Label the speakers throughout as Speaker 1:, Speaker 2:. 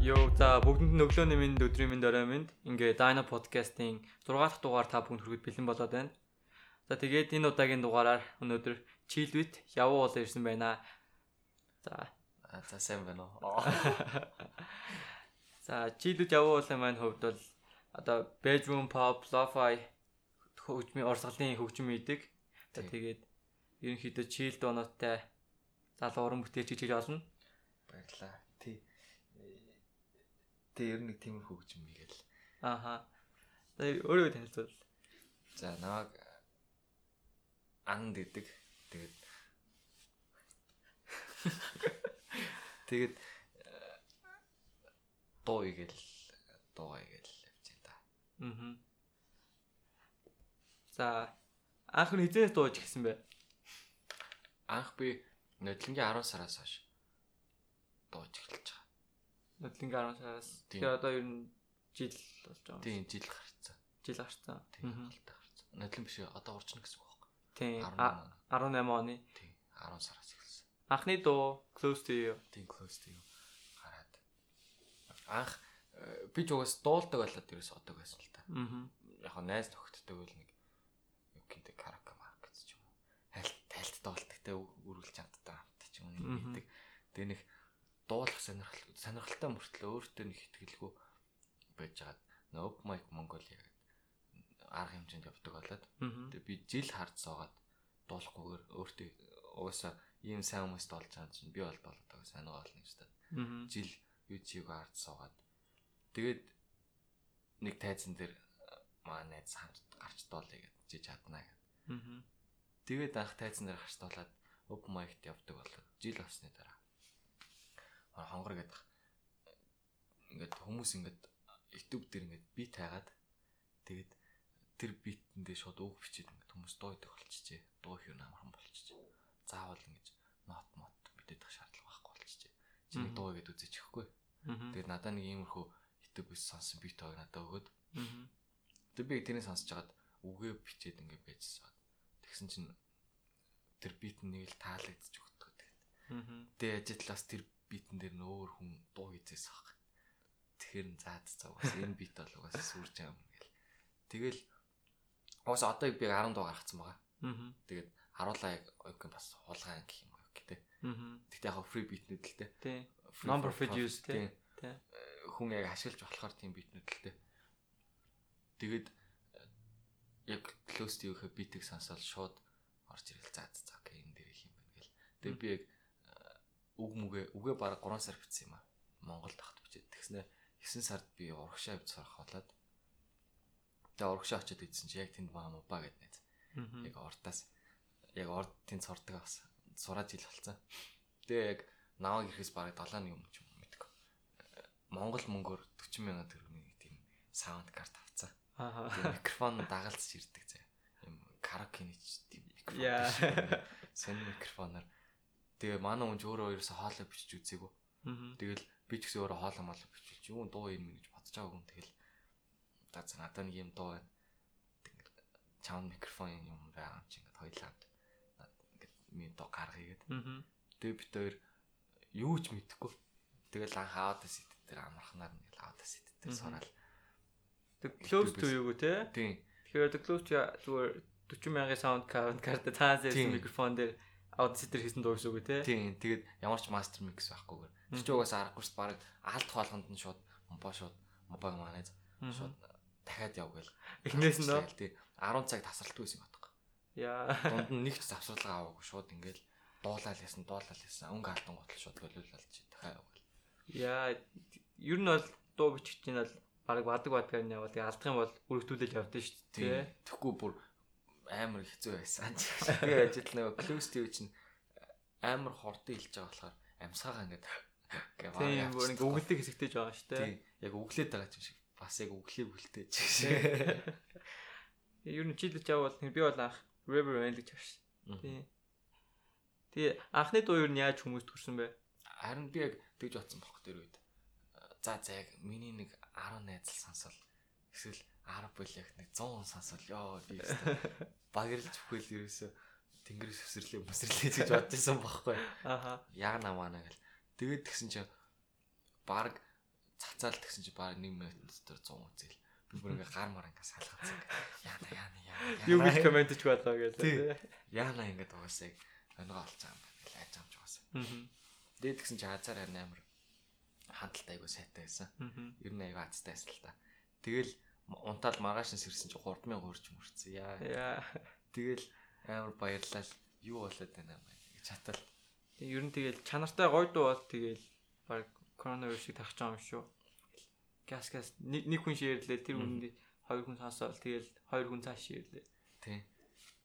Speaker 1: Йоо за бүгдэнд нь өглөөний минь өдрийн минь дөрөө минь ингээ Dino podcast-ийн 6 дахь дугаар та бүхэнд хүргэж бэлэн болоод байна. За тэгээд энэ удаагийн дугаараар өнөөдөр Chilbit явуу бол ирсэн байна. За
Speaker 2: А за сайн байна уу?
Speaker 1: за Chilbit явуу уулын маань хувьд бол одоо bedroom pop, lo-fi хөгжмийн орсголын хөгжим идэг. За тэгээд ерөнхийдөө chill доноттай залуу уран бүтээлч гэж олно.
Speaker 2: Баярлаа. Тий. Тэ ер нь нэг тийм хөгжим мэгэл.
Speaker 1: Ааха. За өөрөө танилцуул.
Speaker 2: За намайг ан гэдэг. Тэгээд Тэгээд дуу игэл дуу игэл явж байна да.
Speaker 1: Аа. За анх нь хизээс дууж гисэн бэ?
Speaker 2: Анх би нодлонгийн 10 сараас хойш дууж эхэлж байгаа.
Speaker 1: Нодлингийн 10 сараас.
Speaker 2: Тийм.
Speaker 1: Тэгээ одоо ер нь жил болж байгаа.
Speaker 2: Тийм жил гарцсан.
Speaker 1: Жил гарсан.
Speaker 2: Тийм
Speaker 1: Мгм.
Speaker 2: халтаа гарцсан. Нодлон биш ээ, одоо урчна гэсэн үг байхгүй.
Speaker 1: Тийм.
Speaker 2: 18
Speaker 1: Э, А- 18 оны.
Speaker 2: Тийм 10 сараас эхэлсэн.
Speaker 1: Анхны дуу Close to You.
Speaker 2: Тийм close тийм гараад. Анх э, би ч угаас дуулдаг болоод ерөөс одог байсан л та.
Speaker 1: Аа.
Speaker 2: яг хоо найз нөхдөдтэй бол нэг юу гэдэг караоке маркет ч юм уу. Хайлт тайлт доолтогтэй өрүүлж чаддаг хамт ч юм уу
Speaker 1: Мгм.
Speaker 2: нэг. Тэгээ нэг дуулах сонирхол сонирхолтой мөртлөө өөртөө нэг ихтгэлгүй байж байгаа. Нөө Open Mic Mongolia гэдэг арга хэмжээнд явдаг болоод
Speaker 1: Аа.
Speaker 2: тэгээ би жил хард зоогаад дуулахгүйгээр өөртөө угаасаа ийм сайн хүмүүст олж байгаа юм чинь би бол болоод байгаа сайн уу болно гэж таа
Speaker 1: Аа.
Speaker 2: жил YouTube ард суугаад тэгээд нэг тайзан дээр маа найз хамт гарч доолё гэж жиж чаднаа гэв.
Speaker 1: Аа.
Speaker 2: Тэгээд анх тайзан дээр гарч доолаад open mic-т явдаг болоо жил авсны дараа. Хор- Хонгор гэдэг ингээд хүмүүс ингээд YouTube дээр ингээд би тайгаад тэгээд тэр битэндээ шууд үг бичээд ингээд хүмүүс дуу идэх болчихжээ. Дуу их юм амархан болчихжээ. Заавал ингэж нот мот мэдээд тах шаардлага байхгүй болчихжээ. Чиний
Speaker 1: Мгм.
Speaker 2: дуу гэдэг үзээч өгөхгүй. Тэгээд надад нэг иймэрхүү итэг ус сонсон бит тоо надад өгөөд. Тэгээд би тэрийг сонсож хагаад үгээ бичээд ингээд байжсаад. Тэгсэн чинь тэр бит нь нэг л таалагдчих өгдөг. Тэгээд
Speaker 1: Аа.
Speaker 2: тэгээд ажил бас тэр битэн дээр нөөр хүн дуу хийжээс баг. Тэгэхэр нь заад цаагаас энэ бит бол угаас сүрж байгаа юм гээл. Тэгэл угаас одоо би 10 дуу гаргацсан байгаа.
Speaker 1: Аа.
Speaker 2: Тэгээд харуулаа яг өгөн бас хулгай гэх юм уу гэдэг.
Speaker 1: Аа.
Speaker 2: Тэгтээ яг фри битнүүд л дээ.
Speaker 1: Тэ.
Speaker 2: Free
Speaker 1: Number
Speaker 2: for
Speaker 1: fit use,
Speaker 2: profit,
Speaker 1: тий.
Speaker 2: тий.
Speaker 1: Тэ.
Speaker 2: хүн яг ашиглаж болохоор тийм битнүүдэлтэй. Тэгээд э, яг close to you-ийнхээ битийг сонсоод шууд орж ирэл заа заа заа, окей энэ дээр их юм байна гэл. Тэгээд би яг э, үг мүгэ үгээ бараг 3 сар битсэн юм аа. Монгол дахт бичээд тэгснэ 9 сард би урагшаа явж сарах болоод тэгээд урагшаа очиод идсэн чи яг тэнд маа мупа гэдэг нэг.
Speaker 1: Аа.
Speaker 2: Яг ортаас яг орд тэнд сурдаг бас сураад жил болсон. Тэгээ яг наваг ирэхээс бараг 7 нэг юм ч юм мэдгүй. Монгол мөнгөөр 40 мянга төгрөгийн нэг тийм саунд карт авцсан.
Speaker 1: Аа.
Speaker 2: Тэгээ микрофон дагалж ирдэг зэ. Ийм караокений ч тийм микрофон.
Speaker 1: Яа.
Speaker 2: биш юм. Сонин микрофоноор тэгээ манай хүн ч өөрөө ерөөсө хоолой бичиж үзээгүй. Тэгэл би ч гэсэн өөрөө хоолой мал бичиж юу дуу юм гэж бодож байгаагүй. юм. Тэгэл за за надад нэг юм дуу байна. Тэгэл чаун микрофон юм байгаа юм чи ингээд хоёлаад ингээд минь дуу гаргая гээд.
Speaker 1: Аа.
Speaker 2: Тэгээ бит хоёр юу ч мэдэхгүй. Тэгэл анх аудас итд дээр амархнаар нэг л аудас итд дээр
Speaker 1: Мгм.
Speaker 2: сураал.
Speaker 1: Тэг Close to You гоо тэ.
Speaker 2: Тийм.
Speaker 1: Тэгэхээр the Close to You зүгээр 40 мянган саунд карт карт таазаас
Speaker 2: Тийм.
Speaker 1: микрофон дээр аудит дээр хийсэн дуу гэсэн үг үү, тэ.
Speaker 2: Тийм. Тэгээд ямар ч мастер микс байхгүйгээр. Тэр ч угаасаа аргагүй ш бараг алт хоолгонд нь шууд мопо шууд мопог манай
Speaker 1: Мгм.
Speaker 2: шууд дахиад яв гээл.
Speaker 1: Эхнээс нь
Speaker 2: Тий, 10 цаг тасралтгүй байсан юм байна.
Speaker 1: яа.
Speaker 2: Дунд нь нэг ч завсралгаа аваагүй шууд ингээл дуулаал ясан дуулаал ясан өнгө алтан готл шууд гөлөөлөлж дахиад явбал.
Speaker 1: Яа, ер нь бол дуу бичих чинь бол баг бадаг бадгаар нь явал тэгээ алдах юм бол үргэлжлүүлж явдсан шүү дээ.
Speaker 2: Тий. Тэгхгүй бүр амар хэцүү байсан. Тэгээ ажил нэг close TV чинь амар хортон илж байгаа болохоор амсгаагаа ингээд
Speaker 1: тий. Тийм бүр ингээ
Speaker 2: өгөл.
Speaker 1: өгөлтэй хэсэгтэй жаага шүү дээ.
Speaker 2: Тий. Яг өглөөд байгаа ч юм шиг. Бас яг өглөө өглөө ч гэсэн.
Speaker 1: Ер нь чийлж явбал би бол анх River Valley гэж авсан. Тий. Тэгээ анхны дуу ер нь яаж хүмүүст төрсөн бэ?
Speaker 2: Харин би яг тэгж бодсон бохоо тэр үед. За за яг миний нэг 10 найзал сонсол. Эсвэл 10 бол яг нэг 100 хүн сонсол. Йоо би өстой. багэрлж бүхэл ерөөсө тэнгэрс өсрлээ өсрлээ гэж бодож байсан бохоо.
Speaker 1: Ааха.
Speaker 2: Яг намаана гэл. Тэгээд тэгсэн чинь баг харилцаалт гэсэн чи баа 1 минут дотор 100 үзэл. Би бүр ингээ гар мар ингээ салгацсан. Яна яна яна.
Speaker 1: Юу гэж коммент ч байлаа
Speaker 2: Тий.
Speaker 1: гэдэг.
Speaker 2: Яна ингээд угаасаа яг өнгө олцсан юм байна. Лайж амж угаасаа. Дээд гэсэн чи хазаар харин амар хандлт айгу сайтай байсан. Ер нь айгу хацтай байсан л та. Тэгэл м- унтаал маргааш нь сэрсэн чи 3000 хөрч мөрцөн.
Speaker 1: Яа.
Speaker 2: Яа. Тэгэл амар баярлал юу болоод байна юм бэ гэж хатал.
Speaker 1: Тэг, Ер нь тэгэл чанартай гой дуу бол тэгэл баг коронавирус шиг тахчих юм шүү. Газ газ нэг нэг хүн ширлээ тэр
Speaker 2: Мгм.
Speaker 1: хүнд хоёр хүн сонсоол тэгэл хоёр хүн цааш ширлээ.
Speaker 2: Тий.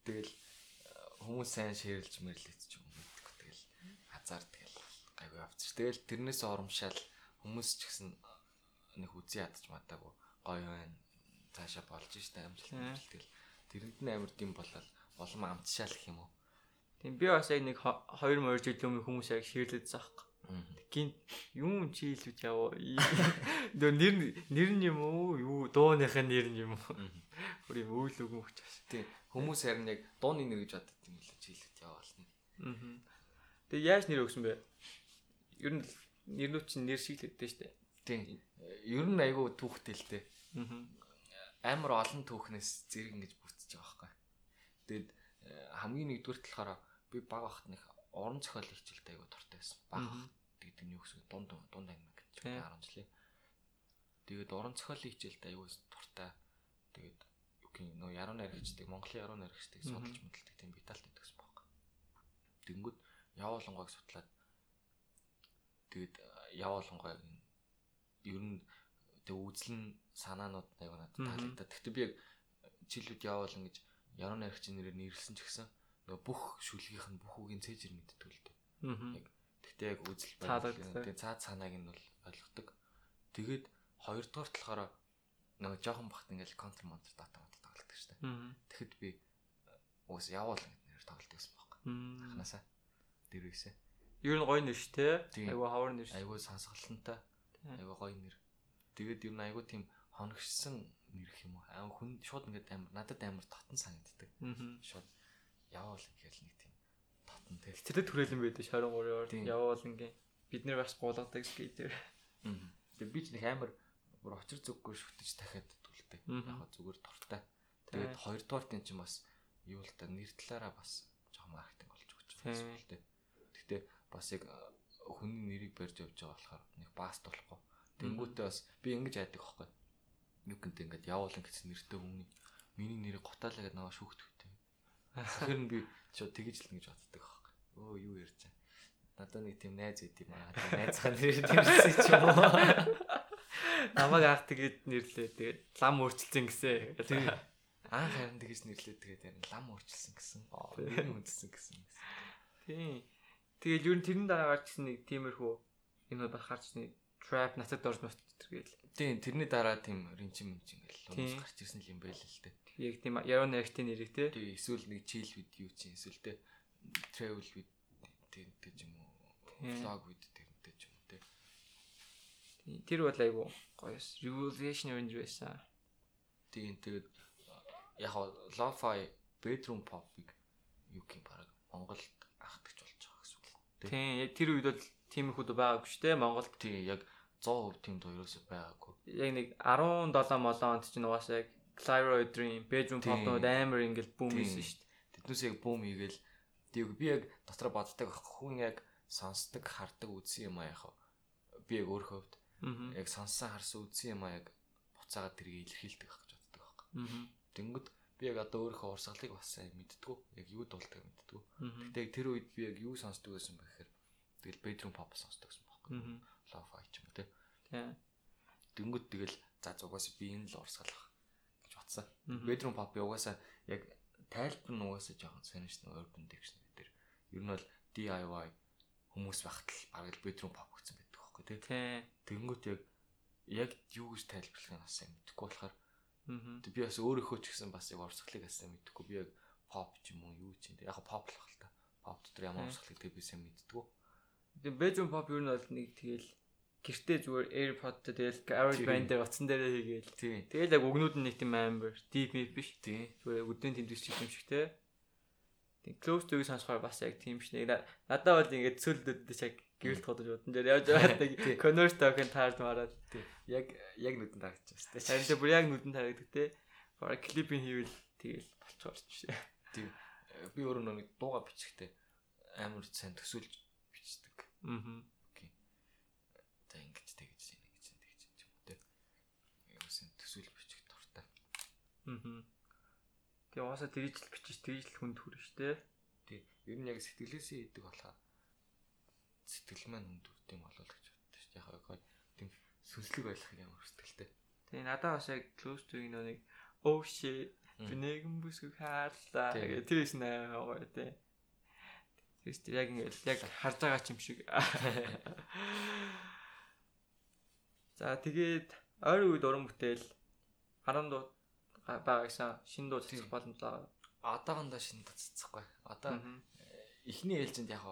Speaker 2: Тэгэл э, хүмүүс сайн ширэлж мэрлэгдэж юм мэдгүй тэгэл хазаар тэгэл гайгүй авчих. Тэгэл тэрнээс оромшаал хүмүүс ч гэсэн э, нэг үзий ядаж матаагүй гоё байна. Цаашаа болж штэ амжилт
Speaker 1: Тий.
Speaker 2: амжилт тэгэл тэрэнд нь амар дим болол улам амтшаал гэх юм уу.
Speaker 1: Тэг би бас яг нэг хо- хоёр морь жил өмнө хүмүүс яг ширлээд заахгүй. гин юм чи илүүд яваа. Дөө нэр нь- нэр нь юм уу? Юу дууныхын нэр нь юм уу?
Speaker 2: Мгм.
Speaker 1: Гүр юм өөл өгөн өгч бас.
Speaker 2: Тий. Хүмүүс харин яг дууны нэр гэж боддог юм лээ чийлэгт яваална.
Speaker 1: Аа. Тэг яаж нэр өгсөн бэ? Ер нь нэрнүүд чинь нэр шиг л өгдөө штэ.
Speaker 2: Тий. Ер нь айгүй түүхтэй л дээ.
Speaker 1: Аа.
Speaker 2: амар олон түүхнээс зэрэг ингэж бүтэж байгаа байхгүй. Тэгэд э, хамгийн нэгдүгээр талаараа би баг ахт нэг уран зохиол хичээлтэй айгу дуртай байсан. Баг
Speaker 1: Мгм.
Speaker 2: ахт гэдэг нь юу гэсэн үг? дунд дунд ангимаг гэж
Speaker 1: Тий.
Speaker 2: 10 жилийн. Тэгээд уран зохиол хичээлтэй айгу дуртай. Тэгээд юу гэх юм нөө яруу найрагчдаг Монголын яруу найрагчдаг
Speaker 1: Мгм.
Speaker 2: судалж мэдлдэг тийм биталт өгсөн байхгүй. Тэнгүүд явуулангойг судлаад э, тэгээд явуулангойг ер нь тэг үзлэн санаанууд айгу надад
Speaker 1: Мгм.
Speaker 2: таалагдаад. Гэхдээ би яг чиглүүд явуулна гэж яруу найрагчийн нэрээр нэрлсэн ч гэсэн нөгөө бүх шүлгийнх нь бүх үгийн цэжэр мэддэг л дээ.
Speaker 1: Аа.
Speaker 2: Гэхдээ яг үзэл
Speaker 1: Таалагддаг.
Speaker 2: тийм цаад санааг нь бол ойлгодог. Тэгээд хоёрдугаар талаараа нөгөө жоохон бахт ингээл контр монтер дата мод тоглолдог шүү дээ.
Speaker 1: Аа.
Speaker 2: Тэгэхэд би э, уус явуулна гэдэг нэрээр тоглолдог байсан байхгүй.
Speaker 1: Мм.
Speaker 2: Ханасаа дэр үйсэн.
Speaker 1: Ер нь гоё нэр ш тэ.
Speaker 2: Тийм.
Speaker 1: Айгу хавар нэр ш.
Speaker 2: Айгуу сансгалантай.
Speaker 1: Тийм.
Speaker 2: Айгуу гоё нэр. Тэгээд ер нь айгуу тийм хоногшсон нэр их юм уу? Аа хүн шууд ингээд амар надад амар татан санагддаг.
Speaker 1: Аа.
Speaker 2: шууд явал ингээл нэг тийм татан тэгэл.
Speaker 1: Хичээлд хүрээлэн байдаг 23-оор
Speaker 2: Тийм.
Speaker 1: яваал ингээ бид нар бас гуулгадаг гэдэг.
Speaker 2: Тэгээ би ч нэг амар бүр очир зүггүй шүтэж дахиад түлдэг.
Speaker 1: Мгм.
Speaker 2: Яг зүгээр дуртай. Тэгээд хоёрдугаар тийм чинь бас юу л та нэр талаараа бас жоохон маркетинг болж өгч
Speaker 1: Тийм.
Speaker 2: байгаа юм байна. Гэхдээ бас яг э, хүний нэрийг барьж явж байгаа болохоор нэг бааст болохгүй. Тэнгүүтээ бас би ингэж яадаг хөөхгүй. Юу гэнтэй ингээд явуулан гэсэн нэртэй хүн миний нэрийг гутаалаа гэдэг наваа шүүхтгтэй. Тэгэхээр нь би ч тэгэж л ингэж боддог хөөхгүй. Өө юу ярьж байгаа. Надад нэг тийм найз өгд юм аа. Найз хань нэр дэрсэн ч юм уу.
Speaker 1: Намаг аах тэгээд нэрлээ. Тэгээд лам өөрчилсөн гэсэн.
Speaker 2: Тийм. Аа харин тэгэж нэрлээд тэгээд харин лам өөрчилсөн гэсэн. Нэр нь үндсэн гэсэн.
Speaker 1: Тийм. Тэгэл ер нь тэрэн дараа гарч ирсэн нэг тиймэрхүү энэ бол гарч ирсэн нэг trap нацад орж мөч тэгэл.
Speaker 2: Тийм, тэрний дараа тийм ринчин минчин гэл хүмүүс
Speaker 1: Тийм.
Speaker 2: гарч ирсэн л юм байл л дээ.
Speaker 1: Яг тийм яруу найрагчтай нэрэг те.
Speaker 2: Тийм, эсвэл нэг chill with you чинь эсвэл тэ travel with тэрнтэй ч юм уу.
Speaker 1: Тийм.
Speaker 2: Vlog with тэрнтэй ч юм уу тэ.
Speaker 1: Тийм. Тэр бол айгу гоёс. Revolution Orange байсан.
Speaker 2: Тийм, тэгээд э, яг lo-fi bedroom pop-ыг юу гэм бараг Монголд анхдагч болж байгаа гэсэн үг. Тийм.
Speaker 1: Тийм. яг Тэр үед бол тиймэрхүүд байгаагүй шүү дээ Монголд.
Speaker 2: Тийм, яг 100% тиймд ерөөсөө байгаагүй.
Speaker 1: Яг нэг 17 молоонд чинь угаасаа яг Clairo Dream, Bedroom
Speaker 2: Тийм.
Speaker 1: Pop-нууд амар ингээл бүүм
Speaker 2: Тийм.
Speaker 1: хийсэн шүү дээ.
Speaker 2: Тэднээс яг бөөм хийгээл тийг би яг дотроо боддог байхгүй. хүн яг сонсдог, хардаг үзсэн юм аа яг. Би яг өөр хөвд
Speaker 1: Аа.
Speaker 2: яг сонссон, харсан, үзсэн юм аа яг буцаагаад тэрийг илэрхийлдэг байх гэж боддог байхгүй.
Speaker 1: Аа.
Speaker 2: Тэнгөт би яг одоо өөрийнхөө урсгалыг бас сайн мэддгүү. Яг юу дуулдаг мэддгүү.
Speaker 1: Аа.
Speaker 2: Гэтэ яг тэр үед би яг юу сонсдог байсан бэ гэхээр тэгэл bedroom pop сонсдог байсан байхгүй.
Speaker 1: Мгм.
Speaker 2: Lo-fi ч юм уу те.
Speaker 1: Тийм.
Speaker 2: Тэнгөт тэгэл за зугаас би энэ л урсгал байх гэж бодсон.
Speaker 1: Мгм.
Speaker 2: Bedroom pop яваасаа яг тайлбар нь угаасаа жоохон сонирхсан urban dictionary дээр. Ер нь бол DIY хүмүүс байхад л бараг л bedroom pop гэсэн байдаг хөөхгүй тий.
Speaker 1: Тийм.
Speaker 2: Тэнгүүт яг яг юу гэж тайлбарлахыг нь бас сайн мэдэхгүй болохоор
Speaker 1: Аа.
Speaker 2: би бас өөрийнхөө ч гэсэн бас яг урсгалыг бас сайн мэдэхгүй. Би яг pop ч юм уу юу ч юм тий. Яг pop л бахал та. Pop дотор ямар
Speaker 1: Мм.
Speaker 2: урсгалыг тий би сайн мэддэггүй.
Speaker 1: Тэгээ Bedroom Pop юу нь бол нэг тэгэл гэртээ зүгээр AirPod-тэй тэгэл GarageBand дээр утсан дээрээ хийгээл.
Speaker 2: Тий.
Speaker 1: Тэгэл яг өгнүүд нь нэг тийм амар deep map биш.
Speaker 2: Тий.
Speaker 1: Зүгээр өдөрийн тэмдэглэж чиг юм шиг те. Тэг close to-ийг сонсохоор бас яг тийм шнэ. На- Надад бол ингээд цөлдөдтэй чаг гэрэлт бодож бодсон. Тэр явж байгаа нэг convert token таард мараад.
Speaker 2: Яг яг нүдэнд харагдчихсан тийм.
Speaker 1: Харин тэ бүр яг нүдэн тарагддаг те. Бара клипийн хийвэл тэгэл болчихорч шээ.
Speaker 2: би өөрөө нэг дууга бичихдээ амар сайн төсөөлж бичдэг.
Speaker 1: Аа.
Speaker 2: За ингэж тэгж ингэж тэгж юм ч юм уу те. Юусын төсөөл бичих дуртай.
Speaker 1: Аа. Тэгээ уусаа тэгж л бичиж тэгж л хүнд хүрэн штэ.
Speaker 2: Тий. Ер нь яг сэтгэлээсээ идэг болохоо сэтгэл маань хүнд үрдэм болол гэж боддог шүү. Яг гоо тийм сүнслэг байх юм хөрстөлтэй.
Speaker 1: Тэгээ надад бас яг close to-ийг нөө нэг oh shit би нэгэн бүсгүй хаарлаа. Тэгээ
Speaker 2: Тэг.
Speaker 1: тэр их нэ гоё те. Тэгс тэр яг ингээд яг харж байгаа ч юм шиг. За тэгээд ойр үед уран бүтээл 10 дуу байгаа гэсэн шин дуу цэцэх боломжтой.
Speaker 2: Одоогондоо шинэ таццахгүй. Одоо
Speaker 1: Аа.
Speaker 2: эхний ээлжинд яг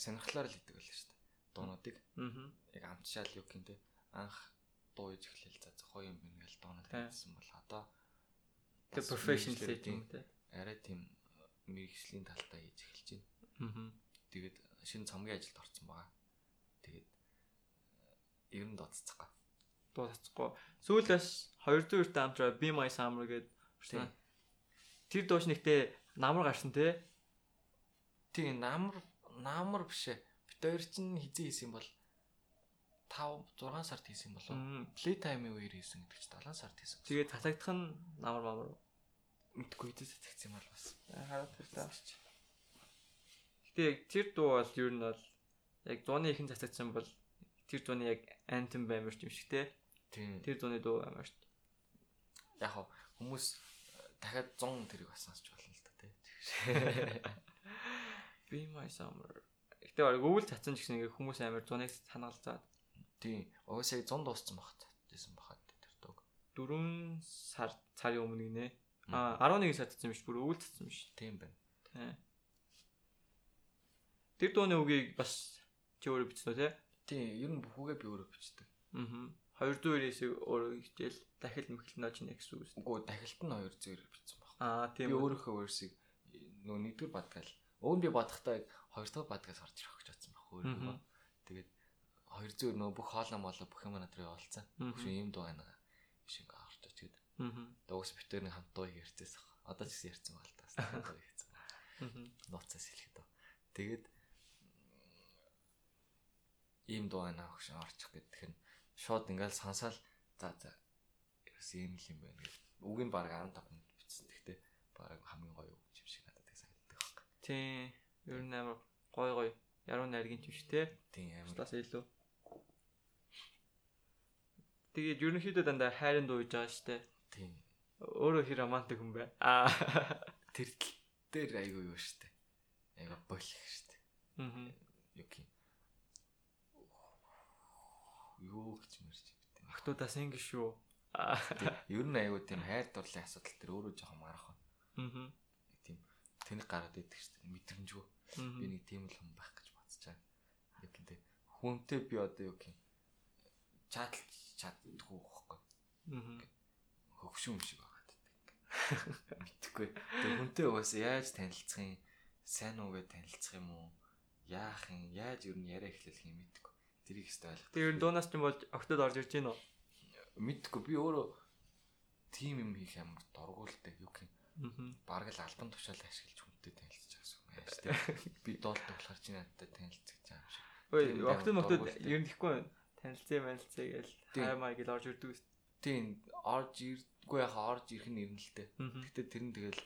Speaker 2: сонирхлоор л идэг байлаа шүү дээ. Дуунуудыг
Speaker 1: Аа.
Speaker 2: яг амтшаал юу гэнтэй анх дуу иж эхлэл за зохой юм ингээл дуунууд
Speaker 1: Тий.
Speaker 2: хийсэн бол одоо
Speaker 1: Тэг
Speaker 2: бас
Speaker 1: professional
Speaker 2: мэргэжлэр
Speaker 1: гэж юм те.
Speaker 2: арай тийм мэрэгжлийн талдаа хийж эхэлж
Speaker 1: Аа.
Speaker 2: байна. Тэгээд шинэ цамгийн ажилд орсон байгаа. Тэгээд ер нь доццохгүй.
Speaker 1: дуусахгүй. Сүүлд бас 200 үрт амтраа Be My Summer гээд
Speaker 2: Тийм.
Speaker 1: тэр доош нэгтээ намар гарсан те.
Speaker 2: Тийм намар намар биш ээ. Бид хоёр чинь хизээ хийсэн бол 5 6 сард хийсэн болов.
Speaker 1: Мм.
Speaker 2: Play time-ийн үеэр хийсэн гэдэг чинь 7 сард хийсэн.
Speaker 1: Тэгээд татагдах нь намар мамар.
Speaker 2: мэдгүй дэ сэтгсэн юм бол бас.
Speaker 1: Хараад таа. Гэтэ яг тэр дуу бол ер нь бол яг дууны ихэнх цацагдсан бол тэр дууны яг anthem баймир ч юм шиг те.
Speaker 2: Тийм.
Speaker 1: Тэр дууны дуу баймир шүү дээ.
Speaker 2: Яг хав хүмүүс э, дахиад 100 тэрэг басансч болно л та тий.
Speaker 1: Be My Summer. Гэтэ баг өвөл цацсан ч гэсэн ингээ хүмүүс амар дууныг санаалцаад
Speaker 2: Тийм. Уусаа 100 дууссан багт гэсэн багт тэр дог.
Speaker 1: 4 сар царын өмнө гинэ.
Speaker 2: Мм.
Speaker 1: А 11 сар цацсан биш бүр өвөл цацсан биш.
Speaker 2: Тийм байна.
Speaker 1: Тий. Тэр дууны үгийг бас чи өөрөө бичсэн үү те?
Speaker 2: Тийм, ер нь бүхүүгээ би өөрөө бичдэг.
Speaker 1: Аа. 209-ээс өөрөө хичээл дахил мэхлэнэ ч нэг гэсэн үг үст.
Speaker 2: Үгүй дахилт нь 200 бичсэн баг.
Speaker 1: Аа
Speaker 2: Би
Speaker 1: тийм үү.
Speaker 2: өөрийнхөө версийг нөгөө нэгдүгээр бадгаал. Өвн би бодохдоо яг хоёрдугаар бадгаас орж ирэх гэж бодсон баг өөрөө.
Speaker 1: Мгм.
Speaker 2: Тэгээд 200 нөгөө бүх хоолн болоо бүх юм надад явуулсан.
Speaker 1: Мгм.
Speaker 2: Биш юм дуу байна. Биш ингээ орч. Тэгээд
Speaker 1: Аа.
Speaker 2: дуус битээр нэг хамт дуу ярьцээс баг. Одоо ч гэсэн ярьсан баг л таас. Дуу хийцэн. Нууцаас хэлэхэд баг. Тэгээд ийм дуу байна гэж орчих гэдэг нь шууд ингээл сансаал за за ерөөс ийм л юм байна гэж. Үг нь баг 15 минут бичсэн. Гэхдээ баг хамгийн гоё үг юм шиг надад их санагддаг баг.
Speaker 1: Тийм. Ер нь амар гой гой яруу найргийн ч юм шиг те.
Speaker 2: Тийм амар.
Speaker 1: Устаас илүү. Тэгээд ерөнхийдөө дандаа хайрын дуу гэж байгаа штэ.
Speaker 2: Тийм.
Speaker 1: Өөрөө хэр романтик хүн бэ? Аа.
Speaker 2: Тэр л дээр айгүй юу штэ. Айгаа болох штэ.
Speaker 1: Мгм.
Speaker 2: Юу юм. Юу гэж мэрч битээ.
Speaker 1: Охтуудаас ингэ шүү. Аа.
Speaker 2: Тийм. Ер нь айгүй тийм хайр дурлалын асуудал тэр өөрөө жоохон марах байна.
Speaker 1: Мгм.
Speaker 2: Тийм. Тэнэг гараад идэг штэ. Мэдрэмжгүй. би
Speaker 1: Мгм.
Speaker 2: нэг тийм л хүн байх гэж бодож байгаа. Яг гэдэг. Хүнтэй би одоо юу гэх юм чаталж чаддгүй байхгүй.
Speaker 1: Мгм.
Speaker 2: Хөгшүүн юм шиг байгаад байдаг. Мэдхгүй. Тэгээ хүнтэй угаасаа яаж танилцах юм? Сайн уугээ танилцах юм уу? Яах юм? Яаж юу нь яриа эхлэх юм мэдхгүй. Тэрийг ихтэй ойлгох.
Speaker 1: Тэр ер нь дуунаас ч юм болж охтууд орж ирж гин үү?
Speaker 2: Мэдхгүй би өөрөө тийм юм хийх амар дургуултай юу гэх юм.
Speaker 1: Мгм.
Speaker 2: Бараг л альбан тушаал ашиглаж хүнтэй танилцж байгаа юм ааш тийм. Би доолдог болохоор чи надтай танилцчих гэж байгаа юм шиг.
Speaker 1: Ой,
Speaker 2: Тийм,
Speaker 1: октод
Speaker 2: амар
Speaker 1: мөхтөд
Speaker 2: дургуйлтай.
Speaker 1: ер нь ихгүй танилцээ манилцээ гээл
Speaker 2: Тийм.
Speaker 1: хаймаа гэл орж ирдэг үст.
Speaker 2: Тийм орж ирдгүй яхаа орж ирэх нь ирнэлтэй. Гэтэ тэр нь тэгэл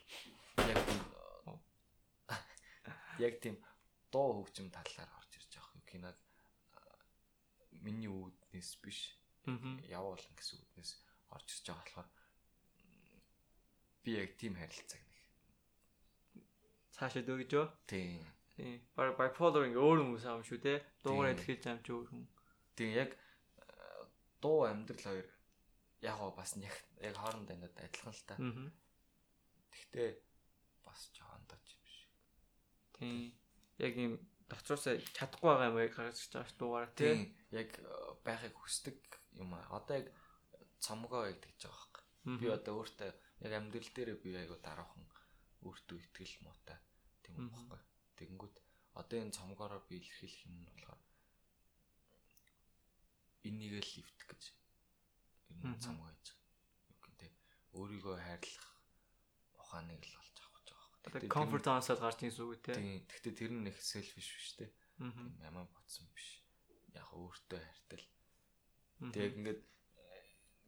Speaker 2: яг тийм, э, яг тийм дуу хөгжим талаар орж ирж байгаа юм. Кинаг миний үүднээс биш
Speaker 1: Мгм.
Speaker 2: явуулна гэсэн үүднээс орж ирж байгаа болохоор би яг тийм харилцааг нэг.
Speaker 1: Цаашаа дөө гэж юу?
Speaker 2: Тийм.
Speaker 1: Тийм. Бай- Bipolar ингээ өөр хүмүүс аам шүү те. Дуугаар
Speaker 2: Тийм.
Speaker 1: илэрхийлж аам ч өөр хүн.
Speaker 2: Тийм яг э, дуу амьдрал хоёр яг гоо бас яг яг хоорондоо надад адилхан л та.
Speaker 1: Мгм.
Speaker 2: Гэхдээ бас жоондоо ч юм шиг.
Speaker 1: Тийм. Яг юм доцроосоо чадахгүй байгаа юм яг гаргаж ирж байгаа шүү дуугаар тий.
Speaker 2: Тийм. Яг э, байхыг хүсдэг юм аа. Одоо яг цомгоо яг тэгж байгаа байхгүй. Би одоо өөртөө яг амьдрал дээр би айгуу дараахан өөртөө ихтгэл муутай. тийм юм
Speaker 1: Мгм.
Speaker 2: баггүй. Тэгэнгүүт одоо энэ цомгоороо би илэрхийлэх юм нь болохоор энийг л лифт гэж ер
Speaker 1: Мгм.
Speaker 2: нь цомгоо гэж юу гэдэг өөрийгөө хайрлах ухааныг л олж авах гэж байгаа. байхгүй.
Speaker 1: Одоо
Speaker 2: Тэгтээ
Speaker 1: comfort
Speaker 2: тэр
Speaker 1: zone-аас гарч ийн зүг үү те.
Speaker 2: нь- Тийм. Гэхдээ тэр нь их selfish биш үү?
Speaker 1: Мгм.
Speaker 2: Тийм ямаа бодсон биш. Яг өөртөө хайртал
Speaker 1: Мгм.
Speaker 2: Тэг ингээд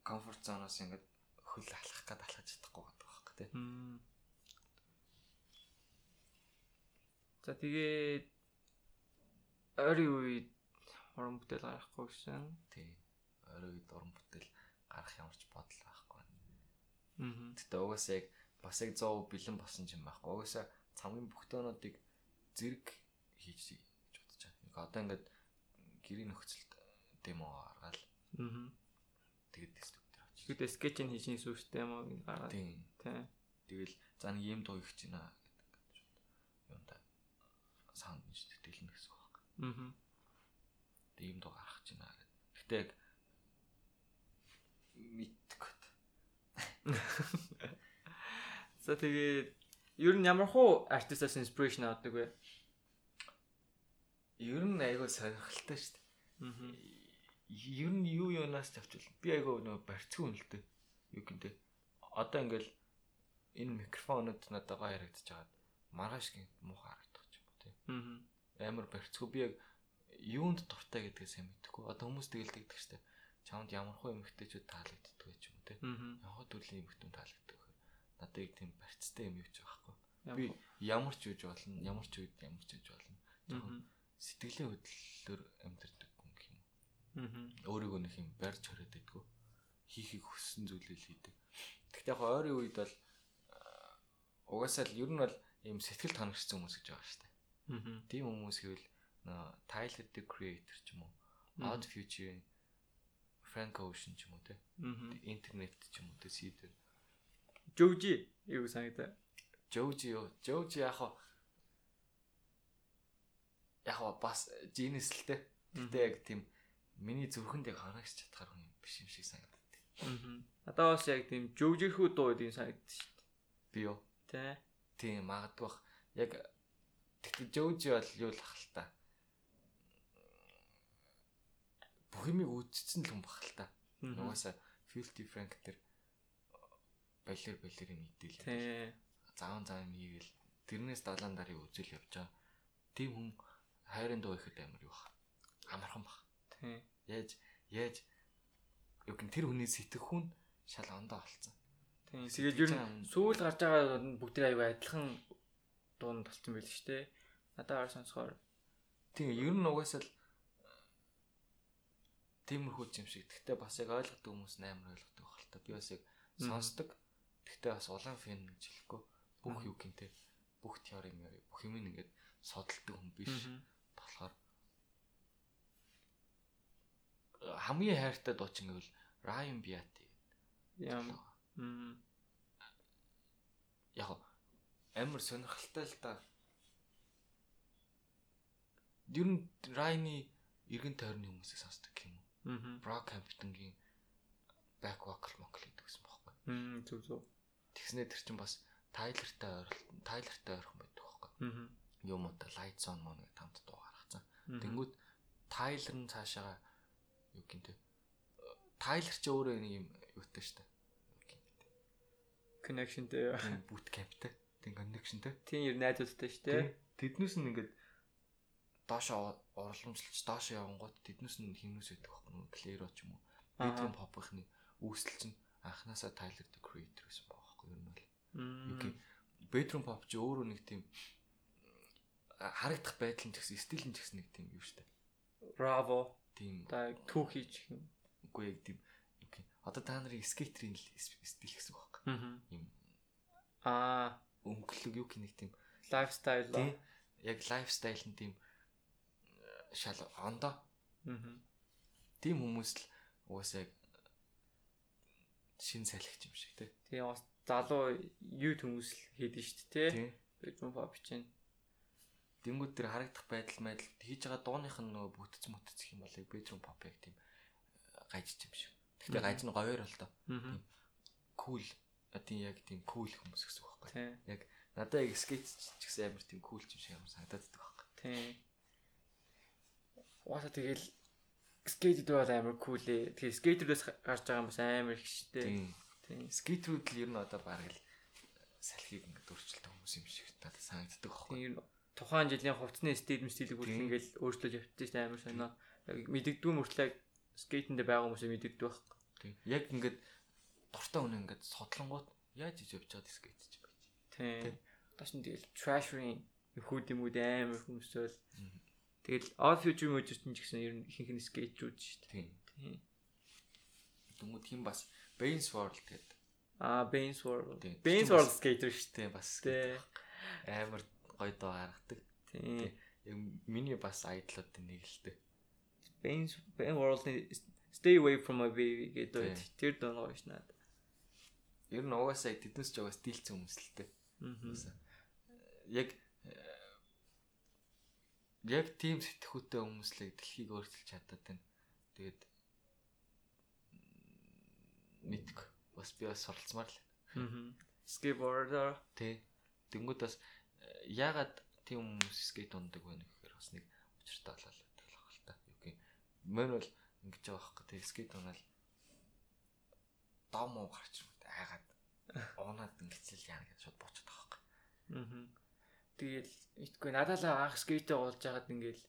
Speaker 2: комфорт зоноос ингээд хөл алхах гад алхаж чадахгүй байдаг байхгүй тий.
Speaker 1: Мм. За тэгээд ойрын үед уран бүтээл гарахгүй гэсэн.
Speaker 2: Тий. Орой үед уран бүтээл гарах ямарч бодол байхгүй.
Speaker 1: Аа.
Speaker 2: Гэтэ угаасаа яг бас яг 100% бэлэн болсон юм байхгүй. Угаасаа цамгийн бүхтөнүүдийг зэрэг хийж гэж бодож байгаа. Ингээ одоо ингээд гэрийн нөхцөлд демо аргаал
Speaker 1: Аа.
Speaker 2: тэгээд дэстүк дээр очиж.
Speaker 1: Тэгэхдээ скетч нь хийж нээс үстэй юм уу гэж гараад.
Speaker 2: Тий.
Speaker 1: Тийм.
Speaker 2: Тэгэл за нэг юм дуу хийх гэж байна гэдэг. Юу та саунд гэж тэтгэлэн гэсэн үг байхгүй.
Speaker 1: Аа.
Speaker 2: Тэг юм дуу гарах гэж байна гэдэг. Гэтэ яг мэдтгэд.
Speaker 1: За тэгээд ер нь ямар хуу артистаас инспирэшн авдаг вэ?
Speaker 2: Ер нь айгаа сонирхолтой шүү дээ.
Speaker 1: Аа.
Speaker 2: Ер нь юу юунаас тавчвал би айгаа нөгөө барьцгүй юм л дээ. Юу гинтэй. Одоо ингээл энэ микрофонод надад гоё харагдаж байгаа. Маргааш гин муухай харагдах ч юм уу тийм.
Speaker 1: Аа.
Speaker 2: Амар барьцгүй би яг юунд дуртай гэдгээ сайн мэдэхгүй. Одоо хүмүүс тэгэл тэгдэг шүү дээ. Чамд ямар хуу эмгтээчүүд таалагддаг вэ ч юм уу тийм.
Speaker 1: Аа.
Speaker 2: Ямар төрлийн эмгтэн таалагддаг вэ? Надад яг тийм барьцтай юм юу ч байхгүй. би ямар ч үж болно ямар ч үед ямар ч үж болно
Speaker 1: Аа.
Speaker 2: жоохон сэтгэлийн хөдлөлөөр амьдардаг хүн гэх юм уу.
Speaker 1: Аа.
Speaker 2: өөрийгөө нэг юм барьж хориод байдгүй хийхийг хүссэн зүйлээ л хийдэг гэхдээ яг ойрын үед бол аа, угаасаа л ер нь бол юм сэтгэл танагчсан хүмүүс гэж байгаа шүү дээ
Speaker 1: Аа.
Speaker 2: тийм хүмүүс гэвэл нөө Tyler the Creator ч юм уу Odd Future Frank Ocean ч юм уу те
Speaker 1: Аа.
Speaker 2: интернет ч юм уу те сидэр
Speaker 1: Жовжи юу санагдаа.
Speaker 2: Жожи юу? Жожи яг хаа яг хаа бас жинэслэлтэй. Гэтэ яг тийм миний зүрхэнд яг харагч чадхаар хүн юм биш юм шиг санагдав.
Speaker 1: Аа. Одоо бас яг тийм жовжирхүү дуу гэдэг санагдчих.
Speaker 2: Би юу?
Speaker 1: Тэ.
Speaker 2: Тийм магадгүй бах. Яг тэгтээ Жожи бол юу л ах л та. Бүх юмыг үдцсэн л хүн бах л та.
Speaker 1: Мгм.
Speaker 2: Нугаса Filthy Frank тэр балер балерын мэдээлэл.
Speaker 1: Тэ.
Speaker 2: заван заван хийгээл тэрнээс далаан дарын үзэл явж байгаа. Тим хүн хайрын дуу ихэд амар юу бах. Амархан бах.
Speaker 1: Тэ.
Speaker 2: Яаж яаж юу гэн тэр хүний сэтгэхүүн шал ондоо болцсон.
Speaker 1: Тийм.
Speaker 2: Сэтгэж
Speaker 1: Тэгээд ер
Speaker 2: байгаа
Speaker 1: нь
Speaker 2: юм.
Speaker 1: сүүл гарч байгаа нь бүгд тэрийг адилхан дуунд болсон байл шүү дээ. Надад хар сонсохоор.
Speaker 2: Тийм ер нь угаасаа л тиймэрхүү ч юм шиг. Гэхдээ бас яг ойлгодог хүмүүс амар ойлгодог байх л та. Би бас яг
Speaker 1: Мгм.
Speaker 2: сонсдог. Гэхдээ бас улаан фэн гэж хэлэхгүй. Бүх
Speaker 1: Мгм.
Speaker 2: юу гинтэй бүх теори мэри бүх юм ингээд содтолдог хүн биш.
Speaker 1: Мгм.
Speaker 2: болохоор э, хамгийн хайртай дуучин гэвэл Ryan Beatty.
Speaker 1: Ям. Мм.
Speaker 2: Яг амар сонирхолтой л та. Юу н Ryan-ы эргэн тойрны хүмүүсээ сонсдог гэх юм уу?
Speaker 1: Мм.
Speaker 2: Brockhampton-гийн back vocal vocal гэдэг гэсэн бохоггүй.
Speaker 1: Мм зүг зүг.
Speaker 2: Тэгснээр тэр чинь бас Tyler-тай ойрлт, Tyler-тай ойрхон байдаг бохоггүй.
Speaker 1: Мм.
Speaker 2: Юм уу та Light Zone мөн гэдэг хамт дуу гаргацсан.
Speaker 1: Мм.
Speaker 2: Тэнгүүд Тайлер нь цаашаага юу гинтэй. Тайлер ч өөрөө нэг юм юутай штэ.
Speaker 1: connection дээр.
Speaker 2: Бут кемптэй. Тин коннекшнтэй.
Speaker 1: Тийм ер найзуудтай шүү дээ.
Speaker 2: Тэднээс нь ингээд доошо уралмжлж доошо явангууд тэднээс нь хиннээс өгөх байхгүй юу? Клеро ч юм уу. Бидний
Speaker 1: Аа.
Speaker 2: попхны үүсэл чинь анханасаа Тайлер the creator гэсэн баахгүй юу? Ер нь бол.
Speaker 1: Мм.
Speaker 2: Окей. Bedroom pop ч өөрөө нэг тийм а, харагдах байдал нь ч гэсэн стил нь ч гэсэн нэг тийм юу штэ.
Speaker 1: Браво.
Speaker 2: Тийм
Speaker 1: Та түүх хийж.
Speaker 2: Үгүй яг тийм юм хий. Одоо та нарын скейтерийн л эс- стил гэсэн үг байна.
Speaker 1: Мм.
Speaker 2: Ийм
Speaker 1: Аа,
Speaker 2: өнгөлөг юу гэх нэг тийм
Speaker 1: lifestyle.
Speaker 2: тий яг лайфстайл нь тийм э, шал ондоо
Speaker 1: Мм.
Speaker 2: тийм хүмүүс л угаасаа яг шин салхич юм шиг тий.
Speaker 1: Тийм бас залуу юу хүмүүс л хийдэж шүү дээ.
Speaker 2: Тий.
Speaker 1: Бидний pop чинь.
Speaker 2: Тэнгүүд тэр харагдах байдал байдал хийж байгаа дууных нь нөгөө бүтц мөтц гэх юм бол яг bedroom pop яг тийм э, гажиж юм шиг. Гэтэ
Speaker 1: Мгм.
Speaker 2: гаж нь гоёор л доо.
Speaker 1: Мм.
Speaker 2: Cool. э, Тийм яг тийм cool хүмүүс гэсэн үг байхгүй.
Speaker 1: Тийм.
Speaker 2: Надад яг скейт ч гэсэн амар тийм кул ч юм шиг амар санагдаад байдаг байхгүй.
Speaker 1: Тийм. Угаасаа тэгэл скейтэд бол амар кул ээ. Тэгээ скейтерээс гарч байгаа юм бас амар их штэ.
Speaker 2: Тийм.
Speaker 1: Тийм.
Speaker 2: Скейтрүүд л ер нь одоо бараг л э, салхийг ингээд өөрчилдөг хүмүүс юм шиг надад санагддаг байхгүй.
Speaker 1: Тийм тухайн жилийн хувцсны стилм стилийг бүр
Speaker 2: Тийм.
Speaker 1: ингээл өөрчлөж явчихсан штэ амар сонио. Яг мэддэггүй мөртлөө скейтэндээ байгаа хүмүүс мэддэг байх.
Speaker 2: Тийм. Яг ингээд дуртай өнөө ингээд содлонгууд яаж иж явчаад скейт ч байж.
Speaker 1: Тийм.
Speaker 2: Тийм.
Speaker 1: Ташин тэгэл trashery хүүд юм уу амар хүмүүсэл.
Speaker 2: Мгм.
Speaker 1: Тэгэл all future мөжөртөн ч гэсэн ер нь ихэнх нь скейтрүүд шүү дээ.
Speaker 2: Тийм.
Speaker 1: Тийм.
Speaker 2: Дүмүүд хим бас Bane's World гэдэг.
Speaker 1: Аа Bane's World.
Speaker 2: Тийм.
Speaker 1: Bane's World skater шүү
Speaker 2: Тийм бас
Speaker 1: дээ.
Speaker 2: амар гоё доо гаргадаг.
Speaker 1: Тийм.
Speaker 2: Яг миний бас айдлуудын нэг л дээ.
Speaker 1: Bane's Bane World-ны Stay away from my baby гэдэг
Speaker 2: Тийм.
Speaker 1: тэр дон гоёш надад.
Speaker 2: Ер нь угаасаа яг тэднээс ч угаас дийлцэн хүмүүс л дээ.
Speaker 1: Мгм.
Speaker 2: Угаасаа. Яг э, яг тийм сэтгүүтэй хүмүүс л яг дэлхийг өөрчилж чадаад байна. Тэгээд мэдгүй. Бас би бас суралцмаар л.
Speaker 1: Мгм. Skateboarder.
Speaker 2: Тэ. Тэнгүүд бас э, яагаад тийм хүмүүс скейт ундаг байна гэхээр бас нэг учиртай болоод байдаг л байна л та. Юу гэх юм. Мөн бол ингэж байгаа байхгүй. Тэгээ скейт унаал дом уу гарч ирмэд айгаад уунаад ингэцэл яана гэж шууд буучаад байгаа байхгүй.
Speaker 1: Мгм. Тэгэл итгүй надалаа анх скейтэ уулж яагаад ингээл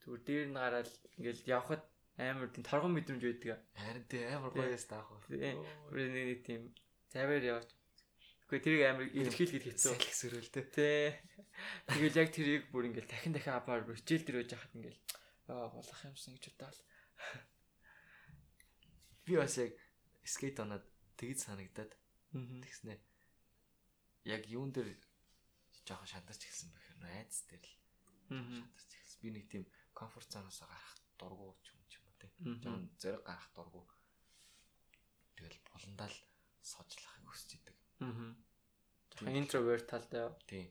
Speaker 1: зүгээр дээр нь гараад ингээл явхад амар тийм торгон мэдрэмж байдаг.
Speaker 2: Харин тэ амар
Speaker 1: Тэ.
Speaker 2: гоё яст таах.
Speaker 1: Тэ. Өөр нэг нэг тийм цавэр явж. Гэхдээ тэрийг амар илэрхийлгээд хэцүү.
Speaker 2: Сэлх сөрөл тэ.
Speaker 1: Тэ. Тэгэл яг тэрийг бүр ингээл дахин дахин апаар хичээл дээр байж хахад ингээл аа болох юмсан гэж бодлоо.
Speaker 2: Би бас яг скейт унаад тэгж санагдаад
Speaker 1: Мгм.
Speaker 2: тэгснэ. Яг юун дээр жоохон шантарч эхэлсэн бэхэр нөө айдс дээр л
Speaker 1: Мгм.
Speaker 2: шантарч эхэлсэн. Би нэг тийм комфорт зоноос гарах дургу ч юм ч юм уу тэ.
Speaker 1: Мгм.
Speaker 2: Жоон зэрэг гарах дургу. Тэгэл болондаа л сожлахыг хүсэж идэг.
Speaker 1: Мгм.
Speaker 2: Тийм.
Speaker 1: Жоохон интроверт талтай.
Speaker 2: Тийм.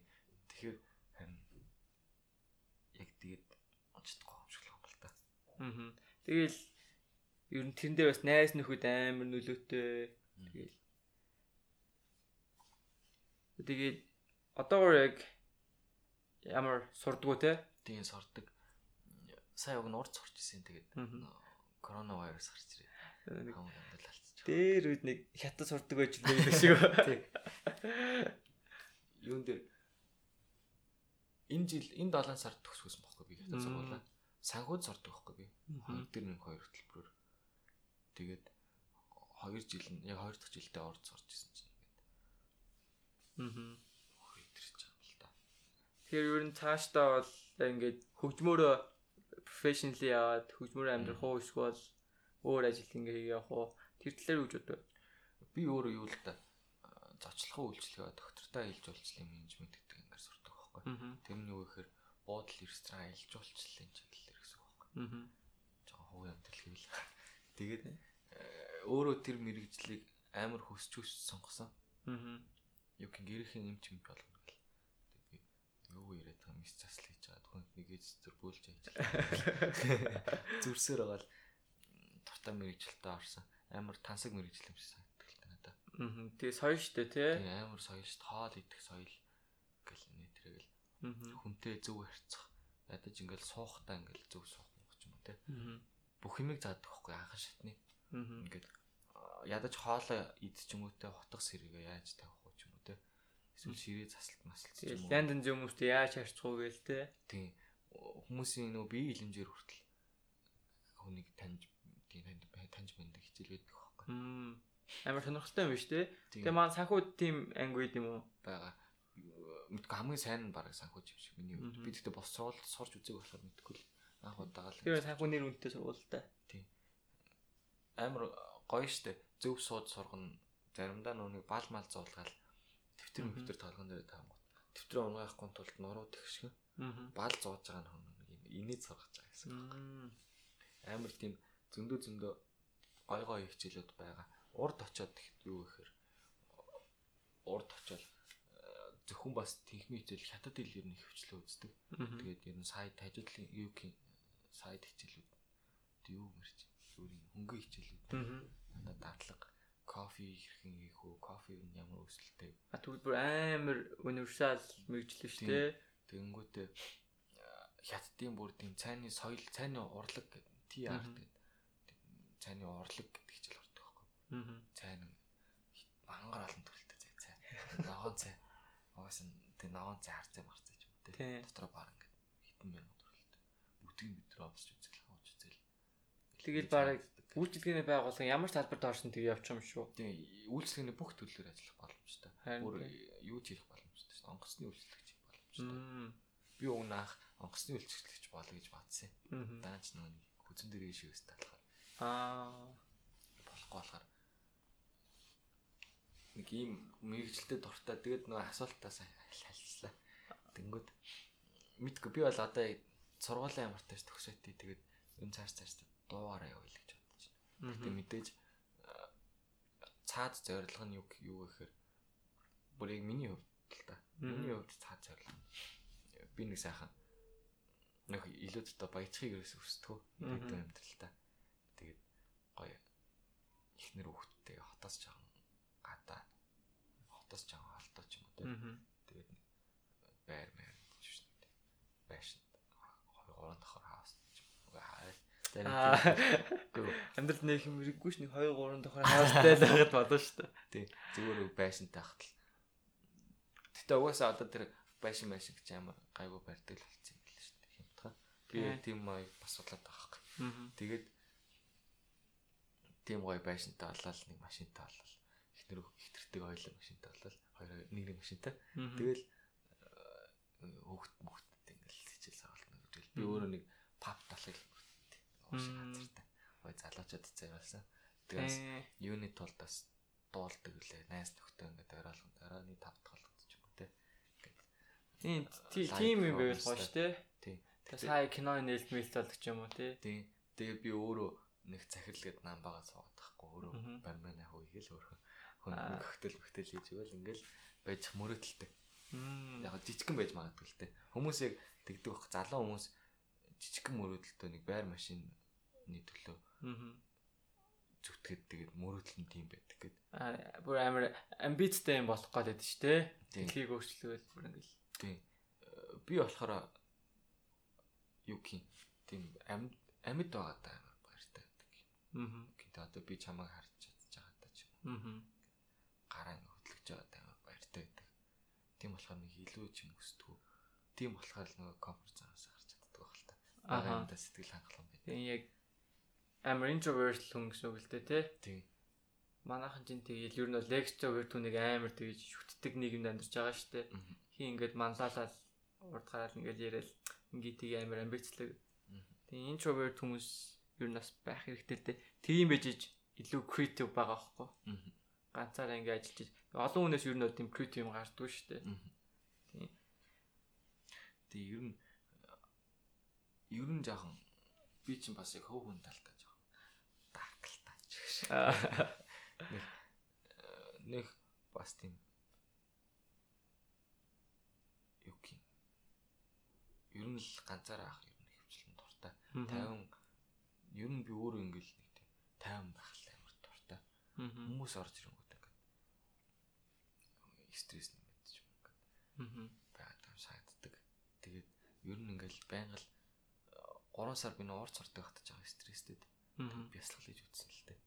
Speaker 2: Тэгэхээр харин яг тэгээд онцдохгүй юм шиг л байна л та.
Speaker 1: Мгм. Тэгэл ер нь тэрэн дээр бас найс нөхөд амар нөлөөтэй. Тэгэл. Тэгээд одоогор яг ямар сурдгуу те.
Speaker 2: Тийм сордог. Сая уг нуур цорч исэн тэгээд
Speaker 1: Мгм.
Speaker 2: нөө коронавирус гарч ирээ.
Speaker 1: Нэг
Speaker 2: Хамгийн гол алдчих.
Speaker 1: Дээр үед нэг хятад сурдаг байж лээ гэдэг шиг.
Speaker 2: Тийм. Юун дээр энэ жил энэ 7 сард төгсгөөсөн байхгүй би хятад
Speaker 1: Мм.
Speaker 2: сургуулаа. Санхуд сордог байхгүй би.
Speaker 1: Мгм.
Speaker 2: Хоёр дээр нэг хоёр хөтөлбөрөөр. Тэгээд 2 жил нь яг 2 дахь жилдээ орд сорж исэн чинь ингээд
Speaker 1: Мгм.
Speaker 2: хөө идэрч байгаа юм л да.
Speaker 1: Тэр ер нь цаашдаа бол ингээд хөгжмөрөө professionally яваад хөгжмөр амьдрах уу эсвэл бол өөр ажил ингээ явах уу тэр талаар үгж бодвэ.
Speaker 2: Би өөрөө юу л э, да а, зочлохын үйлчлэгээ доктортой хэлж уулзлын менежмент гэдэг ингээд сурдаг байхгүй.
Speaker 1: Аа.
Speaker 2: Тэрний юу гэхээр буудлын ресторан аялж уулчлалын чиглэлээр гэсэн үг байна.
Speaker 1: Аа.
Speaker 2: Жогоо хуу явдал хэвэл. Тэгээд э, өөрөө тэр мэрэгжлийг амар хөсч хөсч сонгосон.
Speaker 1: Аа.
Speaker 2: Юу гин гэрхийн юм чим болно гэл. Тэгээд би юу яриад байгаа юм, мис засл хийж байгаа түн нэгээс зүр бөөлж ажиллаа. Зүрсээр байгаа л м, дуртай мэрэгжлтэй орсон. Амар тансаг мэрэгжил юм шиг санагддаг л та надад.
Speaker 1: Тэгээ соёо штэ те.
Speaker 2: Тэгээд амар соёл ш тоол идэх соёл гэл нэтрэвэл
Speaker 1: Аа.
Speaker 2: хүнтэй зөв харьцах. Ядаж ингээл суухтаа ингээл зөв суух гэж юм те. Бүх юмыг заадаг хөхгүй анхан шатны.
Speaker 1: Аа.
Speaker 2: Ингээд а, ядаж хоолой идэх ч юм уу те хутгах сэргээ яаж тавих уу ч юм уу те. Эсвэл ширээ засалт масалт ч юм
Speaker 1: Тэгэл
Speaker 2: уу.
Speaker 1: янз янз хүмүүстэй яаж харьцах уу гээл те.
Speaker 2: Тийм. Хүмүүсийн нөө бие хилэмжээр хүртэл хүнийг таньж тийм танд таньж мэдэх хичээл байдаг хөхгүй.
Speaker 1: Мм. Амар сонирхолтой юм биш те.
Speaker 2: Тийм
Speaker 1: Тэгээ маань санхүүд тийм анги үед юм уу?
Speaker 2: байгаа. Мэдгүй хамгийн сайн нь бараг санхүүж юм шиг миний хувьд.
Speaker 1: Мгм.
Speaker 2: Би тэгтээ бос сурвалт сурч үзег болохоор мэдгүй л анх удаага л.
Speaker 1: Тэр санхүү нэр үнэтэй сургуультай.
Speaker 2: амар гоё штэ. Зөв сууд сургана. Заримдаа нүг бал мал зуулгаал тэмдэгтэр
Speaker 1: Мгм.
Speaker 2: мөвтөр толгон дээр таамгуут. Тэмдэгтэр унгайхгүй тулд нуруу тэгшгэн
Speaker 1: Аа.
Speaker 2: бал зууж байгаа нь хүн юм инээд сургаж байгаа гэсэн.
Speaker 1: Мм.
Speaker 2: Амар тийм зөндөө зөндөө гоё гоё хичээлүүд байгаа. Урд очоод тэгэхэд юу гэхээр урд очоод э, зөвхөн бас техникийн хичээл хятад хэл ер нь их хвчлээ үздэг. Тэгээд ер нь сайд тажидлын UK сайд хичээлүүд юу мэрч өөрийн хөнгөн хичээлүүд
Speaker 1: Мм.
Speaker 2: надад дадлаг кофе хэрхэн хийх үү? Кофе юу ямар өсөлттэй.
Speaker 1: А тэгвэл бүр амар универсал мэрэгчлээ шүү
Speaker 2: Тийм.
Speaker 1: дээ.
Speaker 2: Тэнгүүтээ э, хятадын бүр тийм цайны соёл, цайны урлаг гэдэг тий арт
Speaker 1: Мгм.
Speaker 2: гэдэг. Цайны урлаг гэдэг хэл ордог байхгүй.
Speaker 1: Аа.
Speaker 2: Цайн мангар олон төрөлтэй цай цай. Ногоон цай. Угаас нь тий ногоон цай хар цай марцай ч юм уу тий.
Speaker 1: Тийм.
Speaker 2: Дотор баг ингээд хитэн мянга төрөлтэй. Бүгдийг бид нар авч үзэл хавж үзэл.
Speaker 1: Тэгэл
Speaker 2: Цай
Speaker 1: бараг
Speaker 2: авдаг.
Speaker 1: Үйлчлэгээний байгууллага ямар ч талбарт орсон тэг явчих юм шүү.
Speaker 2: тий үйлчлэгний бүх төрлөөр ажиллах боломжтой.
Speaker 1: Харин
Speaker 2: Бүр
Speaker 1: тийм.
Speaker 2: юу ч хийх боломжтой шүү. дээ. Онгоцны үйлчлэгч хийх боломжтой.
Speaker 1: Мм.
Speaker 2: би өгнө ах онгоцны үйлчлэгч болоо гэж батсан.
Speaker 1: Мгм.
Speaker 2: Даач нүг хүзэн дээрээ шивээс талахаар
Speaker 1: Аа.
Speaker 2: болохгүй болохоор нэг ийм мэрэгчлээ дуртай. Тэгээд нөө асуултаас хальцлаа. Тэнгүүд мэдгүй би бол одоо сургуулийн амартай ш төгсөөтэй. Тэгээд энэ цаар цаар дуугаараа явуул гэж бодож байна. Тэг
Speaker 1: Мгм.
Speaker 2: мэдээж э, цаад зорилго нь юу юу гэхээр бүр яг миний хувьд л та. Миний
Speaker 1: Мгм.
Speaker 2: хувьд цаад зорилго. Би нэг сайхан нэг илүү дотоо баяцхийг ерөөс өсдөг.
Speaker 1: Мгм.
Speaker 2: Нэг амьдралтай. Тэгээд гоё ихнэр хөвгттэй хотоос жоохон гадаа хотоос жоохон холдоо ч юм уу тийм.
Speaker 1: Мгм.
Speaker 2: Тэгээд нэг байр маяг гэж байна. Байшин. Хоёр гурван давхар хаас гэж юм. Аа.
Speaker 1: Аа.
Speaker 2: Гүү.
Speaker 1: Амьдрал нэг юм хэрэггүй ш нэг 2 3 дахь хаастай л байгаад болно шүү дээ.
Speaker 2: Тий. Зүгээр байшинтай хахтал. Гэтэ угаасаа одоо тэр байшин байшин гэж амар гайгүй барьдаг л болсон юм биш үү? Хямдхан. Би
Speaker 1: Тий.
Speaker 2: тийм маяг басуулаад байгаа хэрэг.
Speaker 1: Мгм.
Speaker 2: Тэгээд тийм гоё байшинтай болол нэг машинтай болол. Эхнэр хитрдэг ойлон машинтай болол. Хоёр нэг нэг машинтай.
Speaker 1: Мгм.
Speaker 2: Тэгэл хөвгт мөхтөд ингээл хичээл савлт нэг тэгэл би
Speaker 1: Мгм.
Speaker 2: өөрөө нэг пап талыг уушиг
Speaker 1: Мм.
Speaker 2: газартай. Ой залуучууд цайвалсан. Тэгээс
Speaker 1: Э,
Speaker 2: юуны тулд бас дуулдаг лээ. Найс нөхдөд ингээд оройн оройны тав талд ч юм уу те. Ингээд
Speaker 1: Э, Тийм тий-
Speaker 2: Лайк
Speaker 1: тийм юм байвал
Speaker 2: хоосон.
Speaker 1: гоё ш дээ.
Speaker 2: тий.
Speaker 1: Тэг сая киноны нээлт мэлт болдог ч юм уу тий.
Speaker 2: Тий. Тэгээ би өөрөө нэг захирлгээд намбагаа суугаад тахгүй өөрөө
Speaker 1: Мгм.
Speaker 2: бармана хөөгээл өөрөө
Speaker 1: Аа.
Speaker 2: хүн хөтөл хөтөл хийж ивэл ингээл байж мөрөдөлтэй.
Speaker 1: Мм.
Speaker 2: Яг жижигхэн байж магадгүй л те. Хүмүүс яг тэгдэг бох залуу хүмүүс жижигхэн мөрөдөлтөө нэг байр машинны төлөө
Speaker 1: Мгм.
Speaker 2: зүтгэд тэгээд мөрөдөл нь тийм байдаг гэд.
Speaker 1: Аа бүр амар амбицтай юм болох гал байдаг ш дээ.
Speaker 2: Тийм.
Speaker 1: Клиг өөрчлөгөл бүр ингээл.
Speaker 2: Тийм. Э, Би болохоор юу гэх юм тийм амьд амьд байгаа даа амар баяртай байдаг юм.
Speaker 1: Мгм.
Speaker 2: Гэтэ одоо би чамайг харж чадж байгаа даа ч юм уу.
Speaker 1: Мгм.
Speaker 2: Гараа ингээ хөдлөж байгаа даа амар баяртай байдаг. Тийм болохоор нэг илүү ч юм өсдөг. Тийм болохоор л нөгөө комфорт зонаас гарч чаддаг байх л та.
Speaker 1: Аха.
Speaker 2: Бага юмдаа сэтгэл хангалуун байдаг.
Speaker 1: Тэгээ яг амар introvert хүн гэсэн үг л дээ тий.
Speaker 2: Тийм.
Speaker 1: Манайхан чинь тэгээд ер нь бол extrovert хүнийг амар тэгж шүтдэг нийгэмд амьдарч байгаа шүү дээ.
Speaker 2: Мгм.
Speaker 1: Хин ингээд манлайлал урд гараад ингээд яриад ингээд тийг амар амбицлаг.
Speaker 2: Мгм.
Speaker 1: Тэгээ introvert хүмүүс ер нь бас байх хэрэгтэй л дээ. Тийм байж иж илүү creative байгаа байхгүй.
Speaker 2: Мгм.
Speaker 1: Ганцаараа ингээд ажиллаж иж олон хүнээс ер нь бол тийм creative юм гардгүй шүү дээ.
Speaker 2: Мгм.
Speaker 1: Тийм.
Speaker 2: Тийм ер нь э, ер нь жоохон би чинь бас яг хөв хүн талтай жоохон дагталтай ч гэх шиг.
Speaker 1: Аа.
Speaker 2: нэг бас тийм юу гэх юм. Ер нь л ганцаараа ах ер нь хөвчлэн дуртай. 50 ер нь би өөрөө ингээл нэг тийм 50 байх л амар дуртай.
Speaker 1: Мгм.
Speaker 2: Хүмүүс орж ирэнгүүт ингээд стресс нэмээд ч юм ингээд
Speaker 1: Мгм.
Speaker 2: байгаад юм шаарддаг. Тэгээд ер нь ингээл байнга л 3 сар би нуурц ордог хатж байгаа стресстэй
Speaker 1: Мгм.
Speaker 2: бясалгал гэж үтсэн л дээ.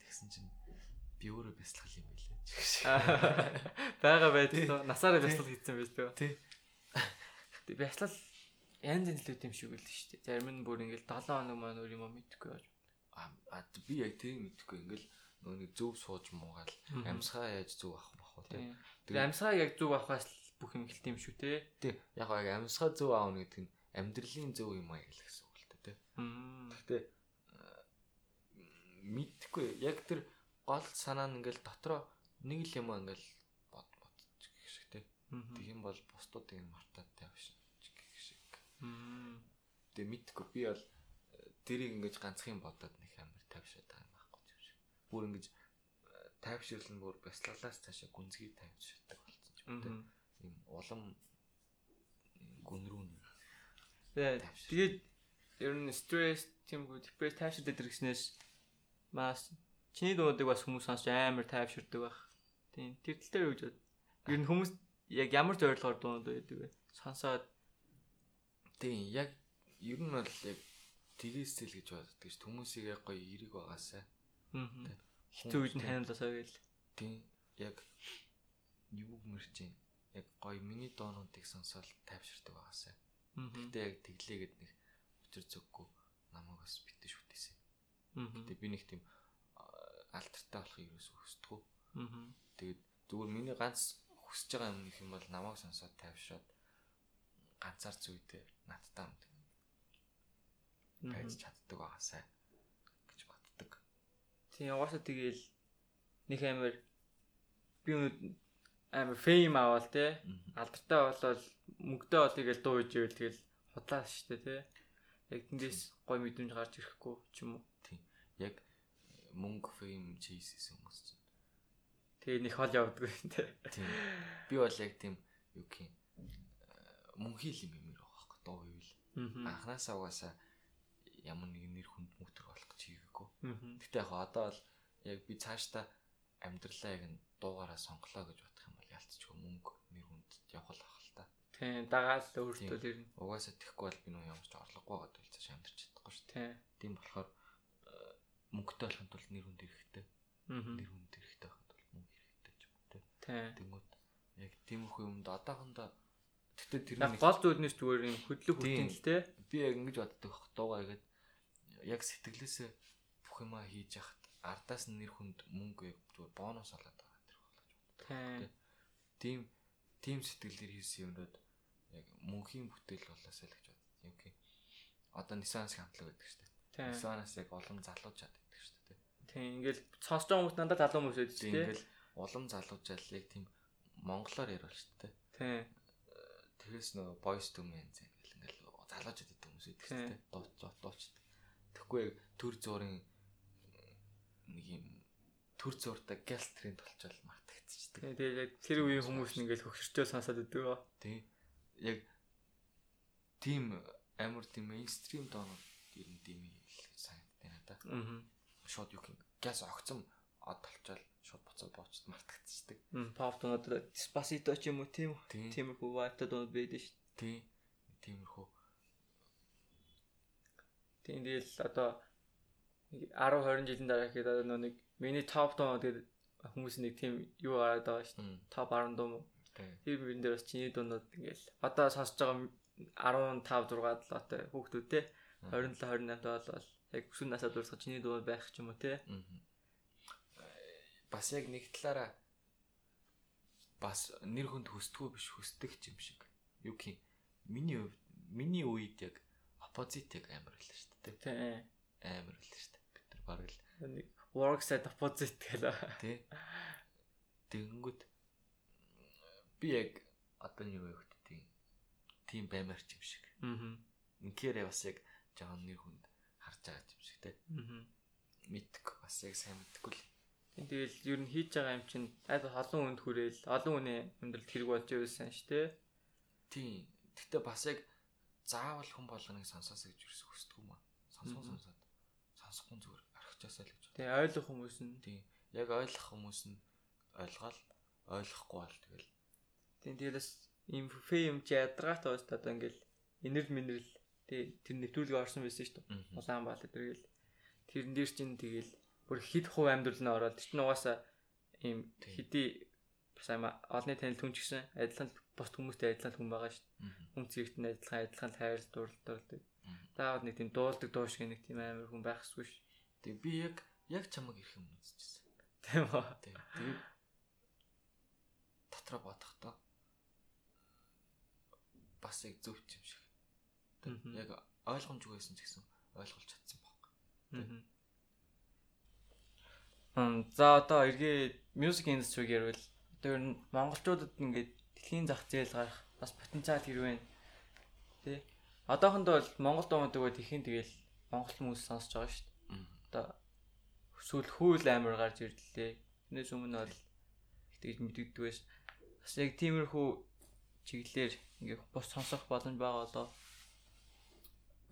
Speaker 2: Тэгсэн чинь би өөрөө бясалгал юм байлээ. ч гэх шиг.
Speaker 1: Аа. Бага байдсан. Насаараа
Speaker 2: Тий.
Speaker 1: бяцлал хийсэн байж лээ.
Speaker 2: Тий.
Speaker 1: Тэг бяцлал янз янз л юм шиг л шүү дээ. Зарим нь бүр ингээл 7 хоног маань өөр юм аа мэдхгүй яаж.
Speaker 2: А а, би яг тийм мэдхгүй ингээл нөгөө нэг зөв сууж муугаал
Speaker 1: Мгм.
Speaker 2: амьсгаа яаж зөв авах бах уу тийм.
Speaker 1: Тийм.
Speaker 2: Тэг-
Speaker 1: Тэр амьсгаа яг зүг авахаас л бүх юм хэлт юм шүү те.
Speaker 2: Тийм. Яг гоо яг амьсгаа зөв аавна гэдэг нь амьдралын зөв юм аяг л гэсэн үг л дээ тийм.
Speaker 1: Мм.
Speaker 2: Гэхдээ мэдхгүй яг тэр гол санаа нь ингээл дотроо нэг л юм ингээл бод бод ч гэх шиг тийм. Тэг юм бол бусдуудыг мартаад тавьшин ч гэх шиг.
Speaker 1: Мм.
Speaker 2: Тэг мэдхгүй би бол э, тэрийг ингэж ганцхан бодоод нэг амар тавьшаад байгаа юм байхгүй ч юм шиг. Бүр ингэж э, тайвширл нь бүр бясалгалаас цаашаа гүнзгий тавьшдаг болсон ч юм уу.
Speaker 1: Мм.
Speaker 2: тэ. Ийм улам гүн рүү нэг
Speaker 1: Тэ,
Speaker 2: Тавьшир.
Speaker 1: Тэгээд ер нь стресс тиймгүй депресс тайшд дээр гэснээс маш Чиний дуунуудыг бас хүмүүс сонсч амар тайвширдаг байх. Тийм. Тэр тал дээр үгүй. Ер нь хүмүүс яг ямар зорилгоор дуунууд өгдөг вэ? Сонсоод
Speaker 2: Тийм яг ер нь бол яг тгээсэл гэж боддог ш. Хүмүүсийг яг гоё эрэг байгаасаа.
Speaker 1: мгм, хэцүү үед нь ханилаасаа гээл.
Speaker 2: Тийм яг юу мэрч юм. Яг гоё миний доонуудыг сонсоод тайвширдаг байгаасаа.
Speaker 1: Мгм,
Speaker 2: Гэтэ яг тэглээгээд нэг өчр цөггүй намайг бас битэж үтээсэн.
Speaker 1: мгм,
Speaker 2: Гэтэ би нэг тийм аа, алдартай болохыг юусоо хүсдэггүй.
Speaker 1: мгм,
Speaker 2: Тэгээд зүгээр миний ганц хүсэж байгаа юм нэг юм бол намайг сонсоод тайвшраад ганцаар зүйдээ надтай хамт
Speaker 1: мгм.
Speaker 2: байж чаддаг байгаасай гэж боддог.
Speaker 1: Тийм угаасаа тэгээл нэг амар би өнөд амар фейм аваал те. Алдартай болвол мөнгөтэй бол тэгэл дуу хийж ивэл тэгэл худлаа штэ те. Яг тэндээс гой мэдрэмж гарч ирэхгүй ч юм уу.
Speaker 2: Яг э, мөнгө фэм чийсээс хүмүүс чинь.
Speaker 1: Тэгээ нэг хол явдаггүй те.
Speaker 2: Тийм. Би бол яг тийм юу гэх юм э, мөнхийн л юм юм байгаа байхгүй доо ивэл.
Speaker 1: Аа.
Speaker 2: Анханасаа угаасаа ямар нэг нэр хүнд мөнхтөр болох гэж хийгээгүй. Гэтэ яг одоо бол яг би цаашдаа амьдралаа яг нь дуугаараа сонголоо гэж бодох юм бол ялцчихгүй мөнгө нэр хүнд явах л ахал та.
Speaker 1: Тийм дагаал өөртөө л ирнэ.
Speaker 2: Угаасаа тэхгүй бол би нөө ямар ч орлогогүй байгаад бол цааш амьдарч чадахгүй шүү дээ.
Speaker 1: Тийм.
Speaker 2: Тийм болохоор э, мөнгөтэй болохын тулд нэр хүнд хэрэгтэй.
Speaker 1: Мгм.
Speaker 2: Нэр хүнд хэрэгтэй байхад бол мөнгө хэрэгтэй ч юм уу.
Speaker 1: Тийм.
Speaker 2: Тэнгүүд яг тийм их юмд одоохондоо тэгтээ тэр
Speaker 1: Яг гол зүйлнээс зүгээр юм хөдлөх
Speaker 2: Тийм.
Speaker 1: хүртэл л те.
Speaker 2: би яг ингэж боддог хөх дуугаа игээд яг сэтгэлээсээ бүх юмаа хийж яхад ардаас нь нэр хүнд мөнгө яг зүгээр бонус олоод байгаа тэр болоо.
Speaker 1: Тийм.
Speaker 2: тийм тийм сэтгэлээр хийсэн юмнууд яг мөнхийн бүтээл болоосаа л гэж боддог. Яг юм. Одоо Nissan-с хамтлаг байдаг шүү дээ.
Speaker 1: Тийм.
Speaker 2: Nissan-аас яг олон залуучаад байдаг шүү дээ.
Speaker 1: Тийм ингээл цосч байгаа хүмүүс дандаа залуу хүмүүс байдаг
Speaker 2: Тийм
Speaker 1: тийм.
Speaker 2: ингээл улам залуучаад л яг тийм монголоор ярил шүү дээ.
Speaker 1: Тийм.
Speaker 2: Тэгээс нөгөө boys to men зэн гэл ингээл залуучаад идэв хүмүүс идэх
Speaker 1: Тийм.
Speaker 2: тест дууч дууч. Тэгэхгүй яг төр зургийн нэг юм төр зурдаг гэлтрийн толчол мартагдчихдаг.
Speaker 1: Тийм тэгээд яг тэр үеийн хүмүүс нь ингээл хөвгөрчөө сонсоод өгдөг. аа.
Speaker 2: Тий. Яг тийм амар тийм мейнстрим доонууд ер нь тийм юм л гэж санагддаг надад.
Speaker 1: Аа.
Speaker 2: Шууд юу гэх юм, газ огцом од толчол шууд буцаа буучд мартагдчихдаг.
Speaker 1: Мм, pop дунууд дээр Despacito ч юм уу тийм үү?
Speaker 2: Тийм.
Speaker 1: Тиймэрхүү vibe-тай дунууд байдаг шүү дээ.
Speaker 2: Тий. Тиймэрхүү.
Speaker 1: Тийм тэгэл одоо 10 20 жилийн дараа ихэд одоо нөө нэг миний top дунууд гэдэг хүмүүс нэг тийм юу гараад байгаа шүү дээ.
Speaker 2: Мм.
Speaker 1: Top 10 дуу мөн.
Speaker 2: Тий.
Speaker 1: Тэр бивэн дээр бас чиний дунууд ингээл одоо сонсож байгаа 15 6 7 тай хүүхдүүд те 27 28 та бол яг өсвөн насаа дуусах чиний дуу байх ч юм уу те.
Speaker 2: Мгм. Э, Бас яг нэг талаараа бас нэр хүнд хүсдэггүй биш хүсдэг ч юм шиг. Юу гэх юм. Миний хувьд миний үед яг оппозит яг амар л шүү дээ. тий.
Speaker 1: Тийм.
Speaker 2: Амар л шүү дээ. Бид нар бараг л
Speaker 1: Нэг work side opposite гэлээ.
Speaker 2: тий. Тэгэнгүүт би яг одоо юу явах гэдэг юм. Тийм баймаар ч юм шиг.
Speaker 1: Аа.
Speaker 2: Инхээр бас яг жоон нэр хүнд харж байгаа ч юм шиг тий.
Speaker 1: Аа.
Speaker 2: Мэдгүй бас яг сайн мэдгүй л.
Speaker 1: Тийм, Тэгэл ер нь хийж байгаа юм чинь аль олон хүнд хүрээл олон хүний амьдралд хэрэг болж байсан шүү дээ.
Speaker 2: Тийм. Гэхдээ бас яг заавал хүн болгоныг сонсоос гэж ерөөс хүсдэг юм аа. Сонсоо
Speaker 1: Мгм.
Speaker 2: сонсоод сонсохгүй нь зүгээр орхичаасаа л гэж бод.
Speaker 1: Тэгээ ойлгох хүмүүс нь.
Speaker 2: Тийм. Яг ойлгох хүмүүс нь ойлгоол ойлгохгүй бол тэгэл
Speaker 1: Тийм тэгэлс им фэм чи ядаргаатай байж та одоо ингээл инэрл минерл тий тэр нэвтрүүлгээ орсон байсан шүү дээ. Улаан баал тэргээл тэрэн дээр чинь тэгэл бүр хэд хувь амьдрал нь ороод тэр чинь угаасаа им
Speaker 2: Тийм.
Speaker 1: хэдий бас ама олны танил хүн ч гэсэн адилхан бусд хүмүүстэй адилхан хүн байгаа шүү дээ. Хүн зэрэгт нь адилхан адилхан хайр дурлал
Speaker 2: Мгм.
Speaker 1: таавал нэг тийм дуулдаг дуу шиг нэг тийм амар хүн байхсгүй ш.
Speaker 2: Тэг би яг яг чамаг ирэх юм үзчихсэн.
Speaker 1: Тийм ба.
Speaker 2: Тийм. Тэгээд дотроо бодохдоо бас яг зөвч юм шиг. Тэг,
Speaker 1: Мгм.
Speaker 2: Яг ойлгомжгүй байсан ч гэсэн ойлголч чадсан баг.
Speaker 1: Мгм. Ам за одоо эргээ music industry гэвэл одоо ер нь монголчуудад ингээд дэлхийн зах зээл гарах бас потенциал хэрвэн тий. Одоохондоо бол монгол дуунууд өгөө тэхийн тэгэл монгол хүмүүс сонсож байгаа шүү дээ. Одоо эсвэл хууль амир гарч ирлээ. Тэрнээс өмнө бол тэгж мэддэг байсан. Бас яг тиймэрхүү чиглэлээр ингээд бус сонсох боломж байгаа болоо.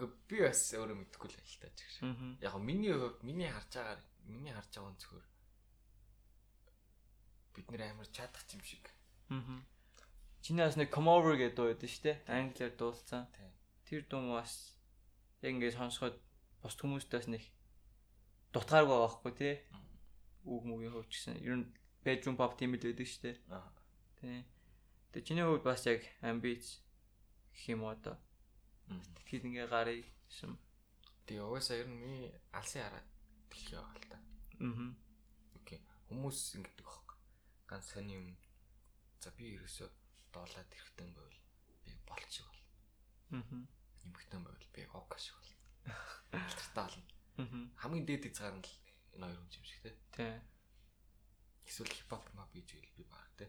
Speaker 2: Гэхдээ би бас өөрөө мэдэхгүй л байлтаач гэж.
Speaker 1: Аа.
Speaker 2: Яг миний хувьд миний харж байгаа миний харж байгаа өнцгөр бид нэр амар чадах юм шиг.
Speaker 1: Аа. Чиний бас нэг come over гэдэг дуу байдаг шүү дээ. Англиар дуулсан.
Speaker 2: Тийм.
Speaker 1: Тэр дуу нь бас яг ингээд сонсоход бус хүмүүстээс нэг дутгааргүй байгаа байхгүй тий. Үг мөгийн хувьд ч гэсэн ер нь bedroom pop тийм л байдаг шүү дээ.
Speaker 2: Аа.
Speaker 1: Тий. Тэгээ чиний хувьд бас яг ambition гэх юм уу одоо
Speaker 2: Мм.
Speaker 1: тэгэхэд ингээ гарыг юм.
Speaker 2: Тэгээ угаасаа ер нь миний алсын хараа дэлхий байгаа л та.
Speaker 1: Аа.
Speaker 2: Окей. Хүмүүс ингэдэг байхгүй. Ганц сони юм. За би ерөөсөө доолаад эрэхтэн байвал би болчих бол.
Speaker 1: Аа.
Speaker 2: Нимхтэн байвал би ока шиг бол. Алтартаа болно.
Speaker 1: Аа.
Speaker 2: Хамгийн дээд хязгаар нь л энэ хоёр юм шиг те.
Speaker 1: Тий.
Speaker 2: Эсвэл хипхоп ма бийж байл би баг те.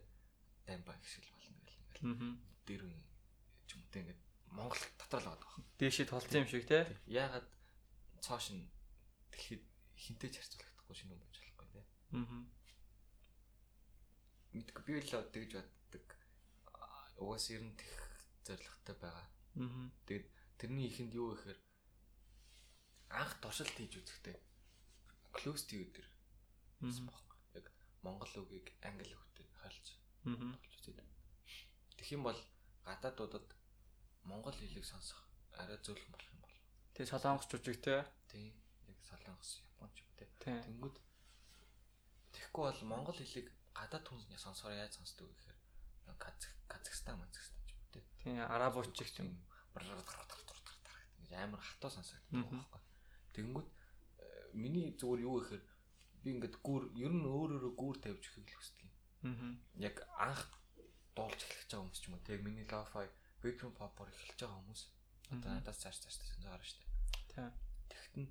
Speaker 2: Дайм баг шиг л болно гэл ингээл.
Speaker 1: Аа.
Speaker 2: Дэр үн ч юм те ингээд Монгол дотор л байгаа даа.
Speaker 1: Дээшээ толцсон юм шиг тий.
Speaker 2: Яагаад цоош нь дэлхийд хинтэй харьцуулагдахгүй шинэ юм болж болохгүй те.
Speaker 1: Аа.
Speaker 2: мэдгүй би л тэгж боддог. Аа, Угаас ер нь тех зоригтой байгаа.
Speaker 1: Аа.
Speaker 2: Тэгээд тэрний ихэнд юу гэхээр анх туршилт хийж үзэхтэй. Close to өдөр
Speaker 1: Аа.
Speaker 2: багхгүй. Яг монгол үгийг англи үгтэй хольж
Speaker 1: Аа.
Speaker 2: болж үзээд. Тэгэх юм бол гадаадуудад монгол хэлийг сонсох арай зөөлөн болох юм бол.
Speaker 1: Тэгээ солонгос жүжиг тий.
Speaker 2: Тийм. Яг солонгос, японч юм те.
Speaker 1: Тий.
Speaker 2: Тэнгүүд тэгэхгүй бол монгол хэлийг гадаад хүн сонсоор яаж сонсдог вэ гэхээр нэг Казах Казахстан Казахстан ч юм уу те.
Speaker 1: Тий арабууч ч юм.
Speaker 2: Ингэж амар хатуу сонсогддог
Speaker 1: Мгм.
Speaker 2: байхгүй. Тэнгүүд э, миний зүгээр юу гэхээр би ингээд гүр ер нь өөр өөрө гүр тавьж өгөхийг л хүсдэг юм.
Speaker 1: Аа.
Speaker 2: Яг анх дуулж эхлэх гэж байгаа хүмүүс ч юм уу те. Яг миний lo-fi bedroom pop-оор эхэлж байгаа хүмүүс одоо
Speaker 1: Мгм.
Speaker 2: надаас цааш цааш зөндөө гарна шүү дээ.
Speaker 1: Тий.
Speaker 2: Тэгтэн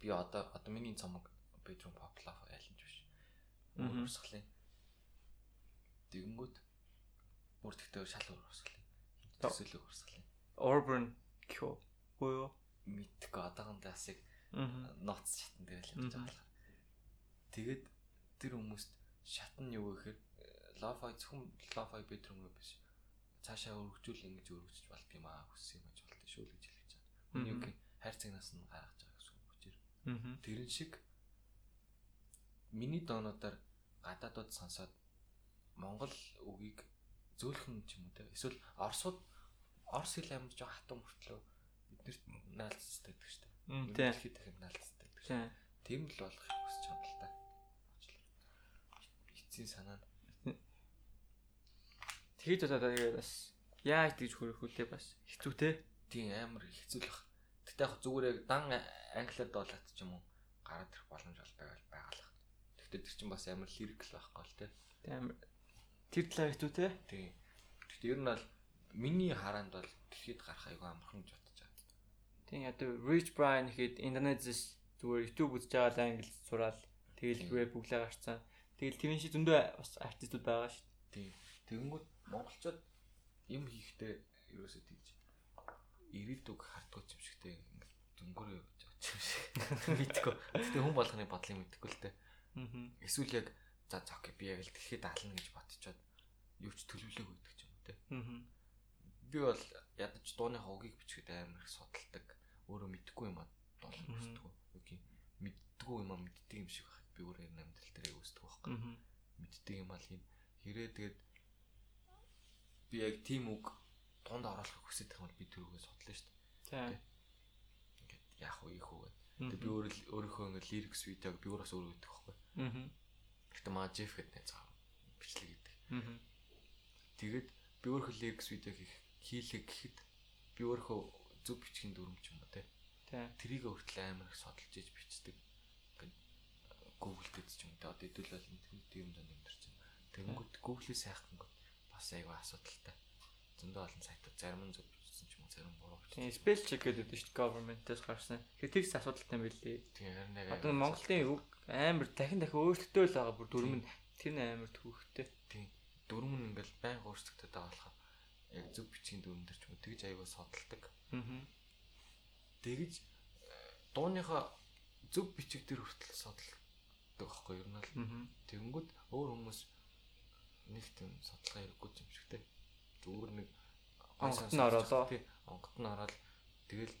Speaker 2: би одоо одоо миний цомог bedroom pop-лав айлж биш.
Speaker 1: Мгм.
Speaker 2: Өөр урсгалын. Тэгэнгүүт бүр тэгтээ шал өөр урсгалын.
Speaker 1: Тоо.
Speaker 2: Төсөл өөр урсгалын.
Speaker 1: Urban гэх үү? Үгүй юу?
Speaker 2: Мэдгүй одоохондоо бас яг
Speaker 1: Аа.
Speaker 2: ноц шатн дээр л явж
Speaker 1: Мгм.
Speaker 2: байгаа болохоор. Тэгээд тэр хүмүүст шатн юу гэхээр э, lo-fi зөвхөн lo-fi bedroom руу биш. Цаашаа өргөжүүл ингэж өргөжж болох юм аа хүссэн юм аж болтой шүү л гэж хэлж байгаа. Хүний
Speaker 1: Мгм.
Speaker 2: үг хайр цагнаас нь гаргаж байгаа гэсэн үг чинь.
Speaker 1: Аа.
Speaker 2: Тэрэн шиг миний доонуудаар гадаадууд сонсоод монгол үгийг зөөлхөн ч юм уу те эсвэл орсууд орс хэл амар жоо хатуу мөртлөө биднэрт наалцдаг гэдэг штэ.
Speaker 1: Мм, тий.
Speaker 2: Дэлхийд дахин наалцдаг гэдэг.
Speaker 1: Тий.
Speaker 2: Тийм л болох хүсэж байгаа юм л та. Эцсийн санаа нь
Speaker 1: Тэгэхэд одоо тэгээд бас яаж тэгж хөрөх үлээ бас хэцүү тий.
Speaker 2: тийм амар хэцүү л баг. Тэгтээ яг зүгээр яг дан англиар доолаад ч юм уу гараад ирэх боломж бол байгаад байгалах. Тэгтээ тэр чинь бас амар лирик л байхгүй л те.
Speaker 1: Тий, амар- Тэр талаа хэцүү тий.
Speaker 2: Тийм. Гэхдээ ер нь бол миний хараанд бол дэлхийд гарах аюу амархан гэж бодож байгаа.
Speaker 1: Тий одоо Rich Brian гэхэд интернет зэс зүгээр YouTube үзэж байгаа л англи сураад
Speaker 2: Тий.
Speaker 1: тэгэл веб бүглээ гарцсан. Тэгэл тэрний шиг зөндөө бас артистууд байгаа шүү.
Speaker 2: Тийм. Тэгэнгүүт монголчууд юм хийхдээ ерөөсөө тийж ирээдүг хардгуй юм шигтэй ингээд дүнгөр явж байгаа юм шиг. Мэдгүй. Гэтэ хүн болгоны бодлыг мэдгүй л дээ.
Speaker 1: Аа.
Speaker 2: Эсвэл яг за за окей би яг л дэлхийд ална гэж бодчиход юу ч төлөвлөөгүй гэдэг юм те.
Speaker 1: Аа.
Speaker 2: Би бол ядаж дууныхаа угийг бичгээд амар их судалдаг. Өөрөө мэдгүй юм аа дуулах
Speaker 1: Мгм.
Speaker 2: үзтгүү. Окей. Мэддгүй юм аа мэддэг юм шиг байна. Би өөрөө энэ амьдрал дээр үзтгүү байхгүй.
Speaker 1: Аа.
Speaker 2: мэддэг юм аа л юм. Хэрэг тэгээд би яг тийм үг тунд оруулахыг хүсэж байгаа юм бол би тэрүүгээ судлаа шүү дээ.
Speaker 1: Тий.
Speaker 2: Ингээд яах вэ их үгээд. Тэгээд би өөрөө л- өөрийнхөө ингээд lyrics видеог би өөрөөс өөрөө өгдөг байхгүй.
Speaker 1: Аа.
Speaker 2: Гэхдээ маа Jeff гэдэг нэг цаа бичлэг гэдэг.
Speaker 1: Аа.
Speaker 2: Тэгээд би өөрөө lyrics видео хийх хийлээ гэхэд би өөрөө зөв бичгийн дүрм ч юм уу те.
Speaker 1: Тий.
Speaker 2: Тэрийг өөртөө амар их судалж иж бичдэг. Ингээд Google дээр ч юм те. Одоо хэдүүлэл интернет юм даа нэмэрч байна. Тэгэнгүүт Google-ийг сайхангууд бас айгүй асуудалтай. Зөндөө олон сайтууд зарим нь зөв бичсэн ч юм уу, зарим буруу
Speaker 1: Тийм,
Speaker 2: бичсэн.
Speaker 1: spell check гэдэг үү шүү дээ government-ээс гарсан. Тэгэхээр тэгс асуудалтай юм билий.
Speaker 2: Тийм харин яг
Speaker 1: Одоо Монголын үг амар дахин дахин өөрчлөлтөө л байгаа бүр дүрмэн тэр нь амар төвхтэй.
Speaker 2: тийм дөрөв нь ингээл байнга өөрчлөгдөж байгаа болохоор яг зөв бичгийн дөрөв дээр ч юм уу тэгж айгүй судалдаг.
Speaker 1: Аа.
Speaker 2: Тэгж э, дууныхаа зөв бичиг дээр хүртэл судалдаг байхгүй юу? Ер нь л
Speaker 1: Аа.
Speaker 2: Тэгэнгүүт өөр хүмүүс нэг тийм судалгаа хэрэггүй ч юм шигтэй. Зүгээр нэг гой
Speaker 1: Онгот нь
Speaker 2: сонсож
Speaker 1: ороолоо.
Speaker 2: байгаа. Тий, Онгот нь ороод тэгэл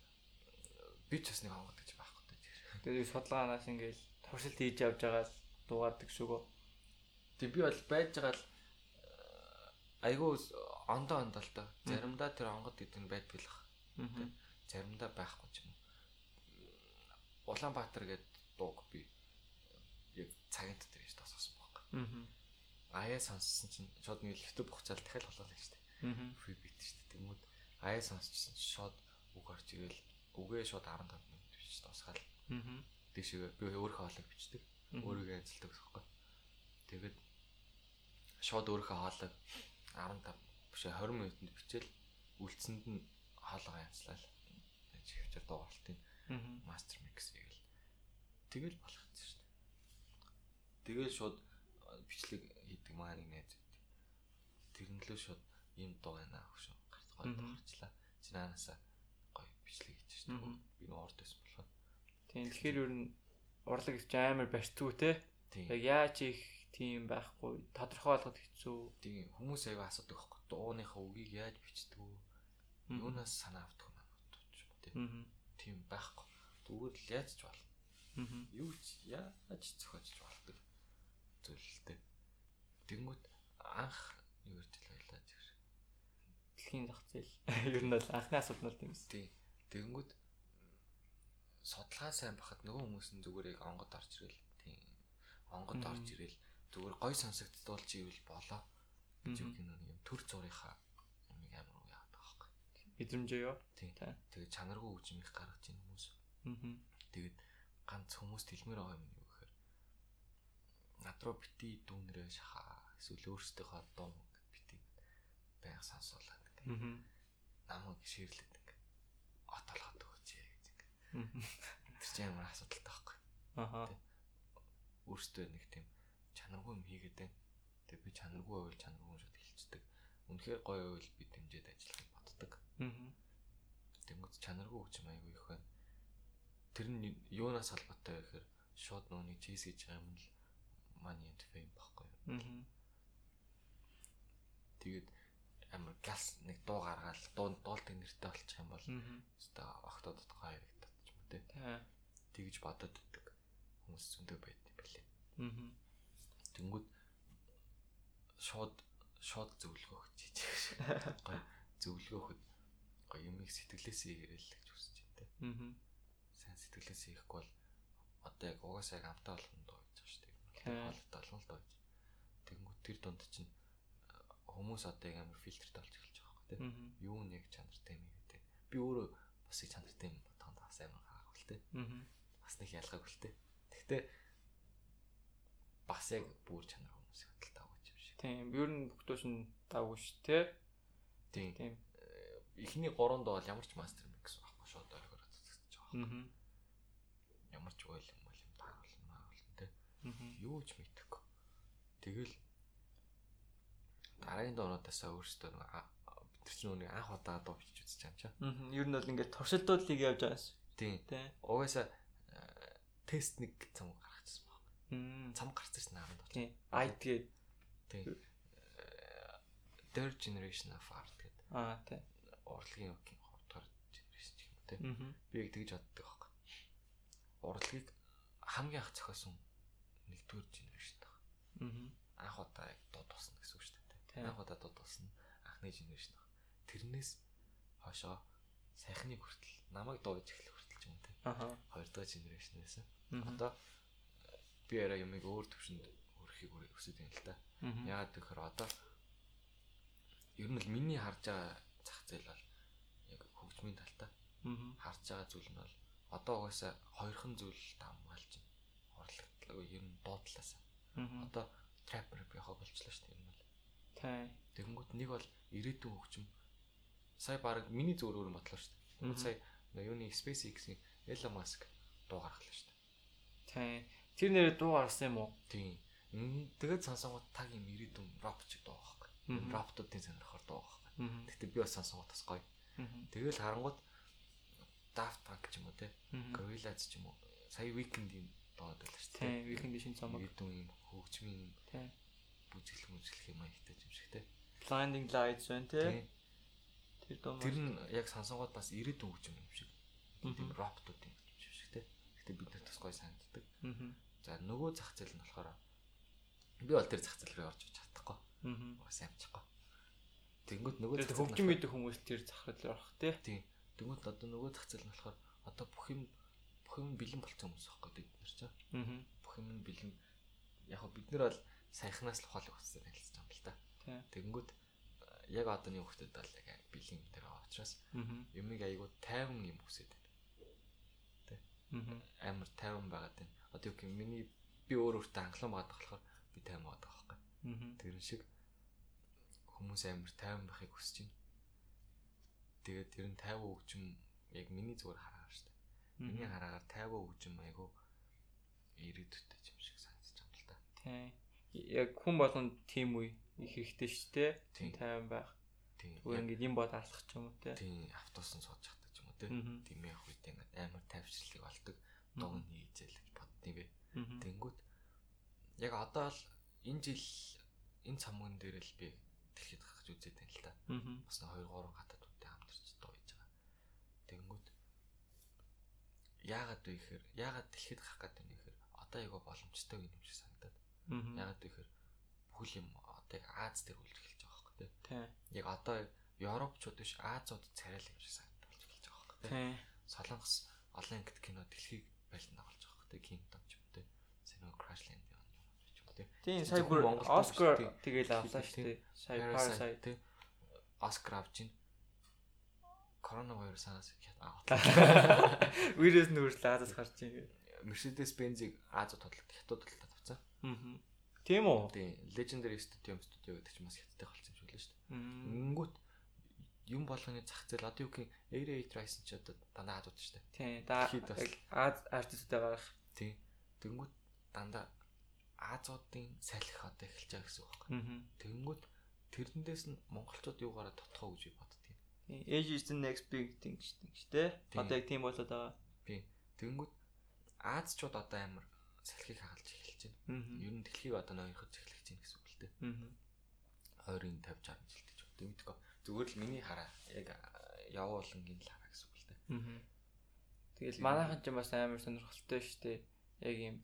Speaker 2: би ч бас нэг онгот гэж байхгүй даа.
Speaker 1: Тэгээд судалгаанаас ингээл туршилт хийж явж байгаа дугаардаг шүүгөө.
Speaker 2: Тэг би бол байж байгаа л э, айгүй ондоо ондоо л доо. Заримдаа тэр онгод гэдэг нь байдаг л хаа.
Speaker 1: Аа.
Speaker 2: Заримдаа байхгүй ч юм уу. Улаанбаатар гээд дууг би яг цагт дээр иж тассан байхгүй.
Speaker 1: Аа.
Speaker 2: Аяа сонссон чинь шууд нэг YouTube хуцаал дахиад болоо л гэж штэ. Free beat штэ. Тэнгүүд аяа сонсчихсан чинь шууд үг орж ирэл үгээ шууд 15 минут биш тусгаал.
Speaker 1: Аа.
Speaker 2: Дэшээ би өөрөө хоолыг бичдэг. өөрийгөө ажилтдаг гэхгүй. Тэгээд шууд өөрийнхөө хоолыг 15 биш ээ, 20 минутанд бичээл үлдсэнд нь хоолоо янзлал. Тэгж хөвчөр дууралтын
Speaker 1: Аа.
Speaker 2: мастер микс хийгээл. Тэгэл болох юм шүү дээ. Тэгэл шууд э, бичлэг хийдэг маа нэг найз. байдаг. Тэр нь лөө шууд ийм дуу байна аа гэж гарт гой
Speaker 1: Мгм.
Speaker 2: гарчлаа. Чи наанасаа гой бичлэг хийж шүү
Speaker 1: Мгм.
Speaker 2: дээ. Би нэг орд байсан болохоор.
Speaker 1: Тийм тэгэхээр ер нь урлаг гэж амар барьцгүй те.
Speaker 2: Тийм.
Speaker 1: Яг яаж их тийм байхгүй тодорхой болгох хэцүү.
Speaker 2: Тийм хүмүүс аяга асуудаг хөөх. Дууныхаа үгийг яаж бичдэг вэ? Юунаас санаа авдаг юм аа гэж тийм.
Speaker 1: Аа.
Speaker 2: Тийм байхгүй. Зүгээр л яаж ч болно.
Speaker 1: Аа.
Speaker 2: Юу ч яаж зохиож болдог зүйлтэй. Тэнгүүт анх юу ярьж байлаа тэр.
Speaker 1: Дэлхийн зах зээл. Ер нь бол анхны асуудал нь тийм эс.
Speaker 2: Тийм. Тэнгүүт судалгаа сайн бахад нөгөө хүмүүс нь зүгээр яг онгод орж ирэл. Тийм. Онгод
Speaker 1: Мгм.
Speaker 2: орж ирэл. Зүгээр гой сонсогдтолж ивэл болоо. гэж үг юм юм төр зурийнхаа юм амар уу яадаг байхгүй.
Speaker 1: Бидрэмжээ юу?
Speaker 2: Тийм.
Speaker 1: Тэ.
Speaker 2: Тэгээ чанаргүй үжим их гаргаж ийн хүмүүс.
Speaker 1: Аа.
Speaker 2: Тэгээд ганц хүмүүс тэлмээр байгаа юм юу гэхээр над руу бити дүүнрээ шахаа эсвэл өөрсдийнхөө дом бити байг сонсоолаад ингээ.
Speaker 1: Аа.
Speaker 2: намайг ширлээд ингээ от олоход өгөөч ээ гэж ингээ.
Speaker 1: Мгм.
Speaker 2: Тэр чинь амар асуудалтай байхгүй.
Speaker 1: Аха.
Speaker 2: Өөртөө нэг тийм чанаргүй юм хийгээд байна. Тэгээ би чанаргүй байвал чанаргүй юм шиг хэлцдэг. Үнэхээр гоё байвал би дэмжиж ажиллахыг боддог.
Speaker 1: Аа.
Speaker 2: Тэнгүүд чанаргүй хөгжим аягүй их байна. Тэр нь юунаас холбоотой вэ гэхээр шууд нөөний чейс хийж байгаа юм л money and fame баггүй. юу.
Speaker 1: Аа.
Speaker 2: Тэгээд амар класс нэг дуу гаргаад дуу дуулт нэртэй болчих юм бол
Speaker 1: Аа.
Speaker 2: өстой огтодод гоё харагдаад ч юм уу те.
Speaker 1: Аа.
Speaker 2: Тэгж бодоод өгдөг хүмүүс зөндөө байд юм билээ.
Speaker 1: Аа.
Speaker 2: Тэнгүүд шууд шууд зөвлөгөөх чийж гоё зөвлөгөөхөд гоё юмыг сэтгэлээсээ ирээл гэж хүсэж байна те.
Speaker 1: Аа.
Speaker 2: сайн сэтгэлээс хийхгүй бол одоо яг угаасаа яг амтаа болгоно доо гэж байгаа шүү дээ.
Speaker 1: Тийм.
Speaker 2: Хоолт болгоно л доо гэж. Тэгэнгүүт тэр дунд чинь э, хүмүүс одоо яг амар фильтрт болж эхэлж байгаа хөөх тийм.
Speaker 1: Аа.
Speaker 2: Юу нэг чанартай юм гэдэг. Би өөрөө бас их чанартай юм танд бас амар хааггүй л тийм.
Speaker 1: Аа.
Speaker 2: Бас нэг ялгаагүй л тийм. Гэхдээ бас яг бүр чанар хүмүүс хадталтаа гэж юм шиг.
Speaker 1: Тийм, ер нь бүх тууш нь давгүй шүү, тэ.
Speaker 2: Тийм.
Speaker 1: Тийм.
Speaker 2: Эхний гурван дуу бол ямар ч мастер микс байхгүй шууд орхиороо цацагдчих жоо.
Speaker 1: Аа.
Speaker 2: Ямар ч ойл юм бол юм таа болно маа болно тийм.
Speaker 1: Аа.
Speaker 2: юу ч мэдэхгүй. Тэгэл дараагийн дооноосаа өөрөөсөө нэг а- бид нар чинь нүг анх удаа дуу бичиж үзэж юм чам.
Speaker 1: Мгм. Ер нь бол ингээд туршилтуудлыг явж байгаа шүү.
Speaker 2: Тийм.
Speaker 1: Тэ.
Speaker 2: Угаасаа э, тест нэг цам гаргачихсан баг.
Speaker 1: Мм.
Speaker 2: Цам гарсан чинь наамд бол.
Speaker 1: Тийм. Ай тэгээд
Speaker 2: Тийм. Third generation of art гэдэг
Speaker 1: аа тэ.
Speaker 2: урлагийн үгийн 3 дахь generation гэх юм те.
Speaker 1: Мгм.
Speaker 2: Би яг тэгж боддог байхгүй. Урлагийг хамгийн анх зохиосон нэгдүгээр generation баг.
Speaker 1: Мгм.
Speaker 2: анх удаа яг дууд болсон гэсэн үг шүү
Speaker 1: Тийм.
Speaker 2: дээ. Анх удаа дууд болсон анхны генерашн баг. Тэрнээс хойшоо сайхныг хүртэл намайг дуудаж эхлэх хүртэл ч юм уу тийм.
Speaker 1: Аха.
Speaker 2: Хоёр дахь генерашн байсан.
Speaker 1: Мгм.
Speaker 2: Одоо би арай юмыг өөр төвшөнд хөрөхийг үр- хүсэж байна л та.
Speaker 1: Мгм.
Speaker 2: Яагаад гэхээр одоо ер нь л миний харж байгаа зах зээл бол яг хөгжмийн талтай
Speaker 1: Мгм.
Speaker 2: харж байгаа зүйл нь бол одоо угаасаа хоёрхан зүйл дамгаалж байна. Урлагтлаг ер нь дуудлаасаа.
Speaker 1: Мгм.
Speaker 2: Одоо трапер би хаа болчлаа шүү дээ. Ер нь бол
Speaker 1: Тэ.
Speaker 2: Тэгэнгүүт нэг бол ирээдүйн хөгжим. Сая баг миний зөөр өөр бодлоо шүү дээ.
Speaker 1: Мгм.
Speaker 2: Тэгвэл Сая нөгөө юуны SpaceX-ийн Elon Musk дуу гаргалаа шүү дээ.
Speaker 1: Тэ. Тэр нэрээ дуу гарсан юм уу?
Speaker 2: Тийм. М, Тэгээд сонсонгууд таг юм ирээдүйн рок чиг дуу байхгүй.
Speaker 1: Мгм.
Speaker 2: Роботуудын сонирхол дуу байхгүй.
Speaker 1: Мгм.
Speaker 2: Гэхдээ би бас сонсонгууд бас гоё.
Speaker 1: Мгм.
Speaker 2: Тэгэл харангууд Daft Punk ч юм уу те,
Speaker 1: Мгм.
Speaker 2: Gorillaz ч юм уу. Сая Weekend-ийн дуу байлаа шүү
Speaker 1: Тэ.
Speaker 2: дээ.
Speaker 1: Викингийн шинэ цамок.
Speaker 2: Ирээдүйн юм хөгжмийн юм,
Speaker 1: Тэ.
Speaker 2: бүжиглэх мүжиглэх юм аягтай юм шиг те.
Speaker 1: Blinding lights байна
Speaker 2: Тийм.
Speaker 1: тэ. Тэр дуу.
Speaker 2: Тэр нь яг сонсонгууд бас ирээдүйн хөгжим юм шиг.
Speaker 1: Мгм.
Speaker 2: Тийм роботууд юм шиг шүү дээ. Гэтэ бид нар тас гой санагддаг.
Speaker 1: Мгм.
Speaker 2: За нөгөө зах зээл нь болохоор би бол тэр зах зээл рүү орж иж чадахгүй.
Speaker 1: Мгм.
Speaker 2: Уус амжихгүй. Тэнгүүд нөгөө
Speaker 1: Тэгээд
Speaker 2: зах зээл нь
Speaker 1: хөгжим
Speaker 2: болохоор-
Speaker 1: мэдэх хүмүүс тэр захирал орох тий.
Speaker 2: Тийм. Тэнгүүд одоо нөгөө зах зээл нь болохоор одоо бүх юм бүх юм бэлэн болсон хүмүүс байхгүй бид нар ч.
Speaker 1: Аа.
Speaker 2: Бүх юм нь бэлэн. Яг хөө бид нар бол саяхнаас л ухаалаг болсон хэлж байгаа юм л та.
Speaker 1: Тий.
Speaker 2: Тэнгүүд э, яг одооний хүмүүсд бол яг бэлэн юм дээр байгаа учраас
Speaker 1: Аа.
Speaker 2: юмыг айгуу тайван юм хүсэж байна.
Speaker 1: Аа.
Speaker 2: Амар тайван байгаад байна. Одоо юу гэх юм миний би өөр өөртөө хангалуун байгаа болохоор би тайван байгаа байхгүй.
Speaker 1: Аа.
Speaker 2: Тэрэн шиг хүмүүс амар тайван байхыг хүсэж байна. Тэгээд тэр нь тайван хөгжим яг миний зүгээр хараагаар шүү дээ. Миний хараагаар тайван хөгжим айгүй ирээдүйтэй юм шиг санагдаж байна л да.
Speaker 1: Тий. Яг хүн болгон тийм үе их хэрэгтэй шүү дээ.
Speaker 2: Тийм.
Speaker 1: Тайван байх.
Speaker 2: Тийм.
Speaker 1: Зүгээр
Speaker 2: яг
Speaker 1: ингээд юм бод алах ч юм уу тий.
Speaker 2: Тийм автобусан сууж явахдаа ч юм уу тийм.
Speaker 1: Аа.
Speaker 2: Тийм явах үед ингээд амар тайвшрлыг олдог догн хийжэл гэж боддгийм бэ.
Speaker 1: Аа.
Speaker 2: Тэнгүүд яг одоо л энэ жил энэ цамган дээр л би дэлхийд гарах гэж үзээд байна л да.
Speaker 1: Аа.
Speaker 2: бас 2 3 хатадуудтай хамтарч дууж байгаа. Тэнгүүд яагаад вэ гэхээр яагаад дэлхийд гарах гэдэг юм гэхээр одоо яг боломжтой юм шиг санагдаад.
Speaker 1: Аа.
Speaker 2: Яагаад вэ гэхээр бүхэл юм одоо яг Аз дээр үлж эхэлж байгаа байхгүй тийм.
Speaker 1: Тий.
Speaker 2: Яг одоо Европчууд биш Азууд царайлаг юм шиг санагдаад болж эхэлж байгаа байхгүй тийм.
Speaker 1: Тий.
Speaker 2: Солонгос олон ангит кино дэлхийг байлдан авалж байгаа байхгүй тийм. Ким Донч юм тийм. Сэнэ Crash Land юм юм гэж юм тийм.
Speaker 1: Тийм
Speaker 2: Зөвхөн
Speaker 1: сая бүр
Speaker 2: Монголд биш,
Speaker 1: Оскар
Speaker 2: тий.
Speaker 1: тэгэл авлаа шүү
Speaker 2: Тий.
Speaker 1: дээ. Сая Parasite.
Speaker 2: тийм. Оскар авч ин коронавирусаас авах.
Speaker 1: Вирус нүрслээ Азаас гарч ийн.
Speaker 2: Mercedes Benz-ийг Азад тодлолт, Хятад тодлолт авцсан.
Speaker 1: Аа. Тийм үү?
Speaker 2: Тийм, Legendary Studio Studio гэдэг чинь бас хятадтай болсон юм шиг л шүү дээ.
Speaker 1: Мм.
Speaker 2: Өнгөт юм болгоны зах зээл одоо юу гэх юм Area 8 Rise ч одоо дандаа Азад шүү дээ.
Speaker 1: Тий. Да.
Speaker 2: Дэлхийд бас.
Speaker 1: яг Аз артисттэй гарах.
Speaker 2: Тийм. Тэнгүүт дандаа Азуудын салхи одоо эхэлж байгаа гэсэн үг байна.
Speaker 1: Аа.
Speaker 2: Тэнгүүт тэрнээс нь монголчууд юугаараа тотхоо гэж би боддгийг.
Speaker 1: Age is the next big thing гэдэг шүү дээ.
Speaker 2: Тийм.
Speaker 1: Одоо яг тийм болоод байгаа.
Speaker 2: Тэнгүүт Азчууд одоо амар салхийг хагалж эхэлж байна.
Speaker 1: Аа.
Speaker 2: Ер нь дэлхийг одоо ноёрхож эхэлж байна гэсэн үг л дээ.
Speaker 1: Аа.
Speaker 2: 20 50 60 жилтэй ч гэдэг мэдгүй. Зүгээр л миний хараа яг явуулангийн л хараа гэсэн үг л дээ.
Speaker 1: Мгм. Тэгэл
Speaker 2: Тийм.
Speaker 1: манайхан ч бас амар сонирхолтой шүү дээ. Яг юм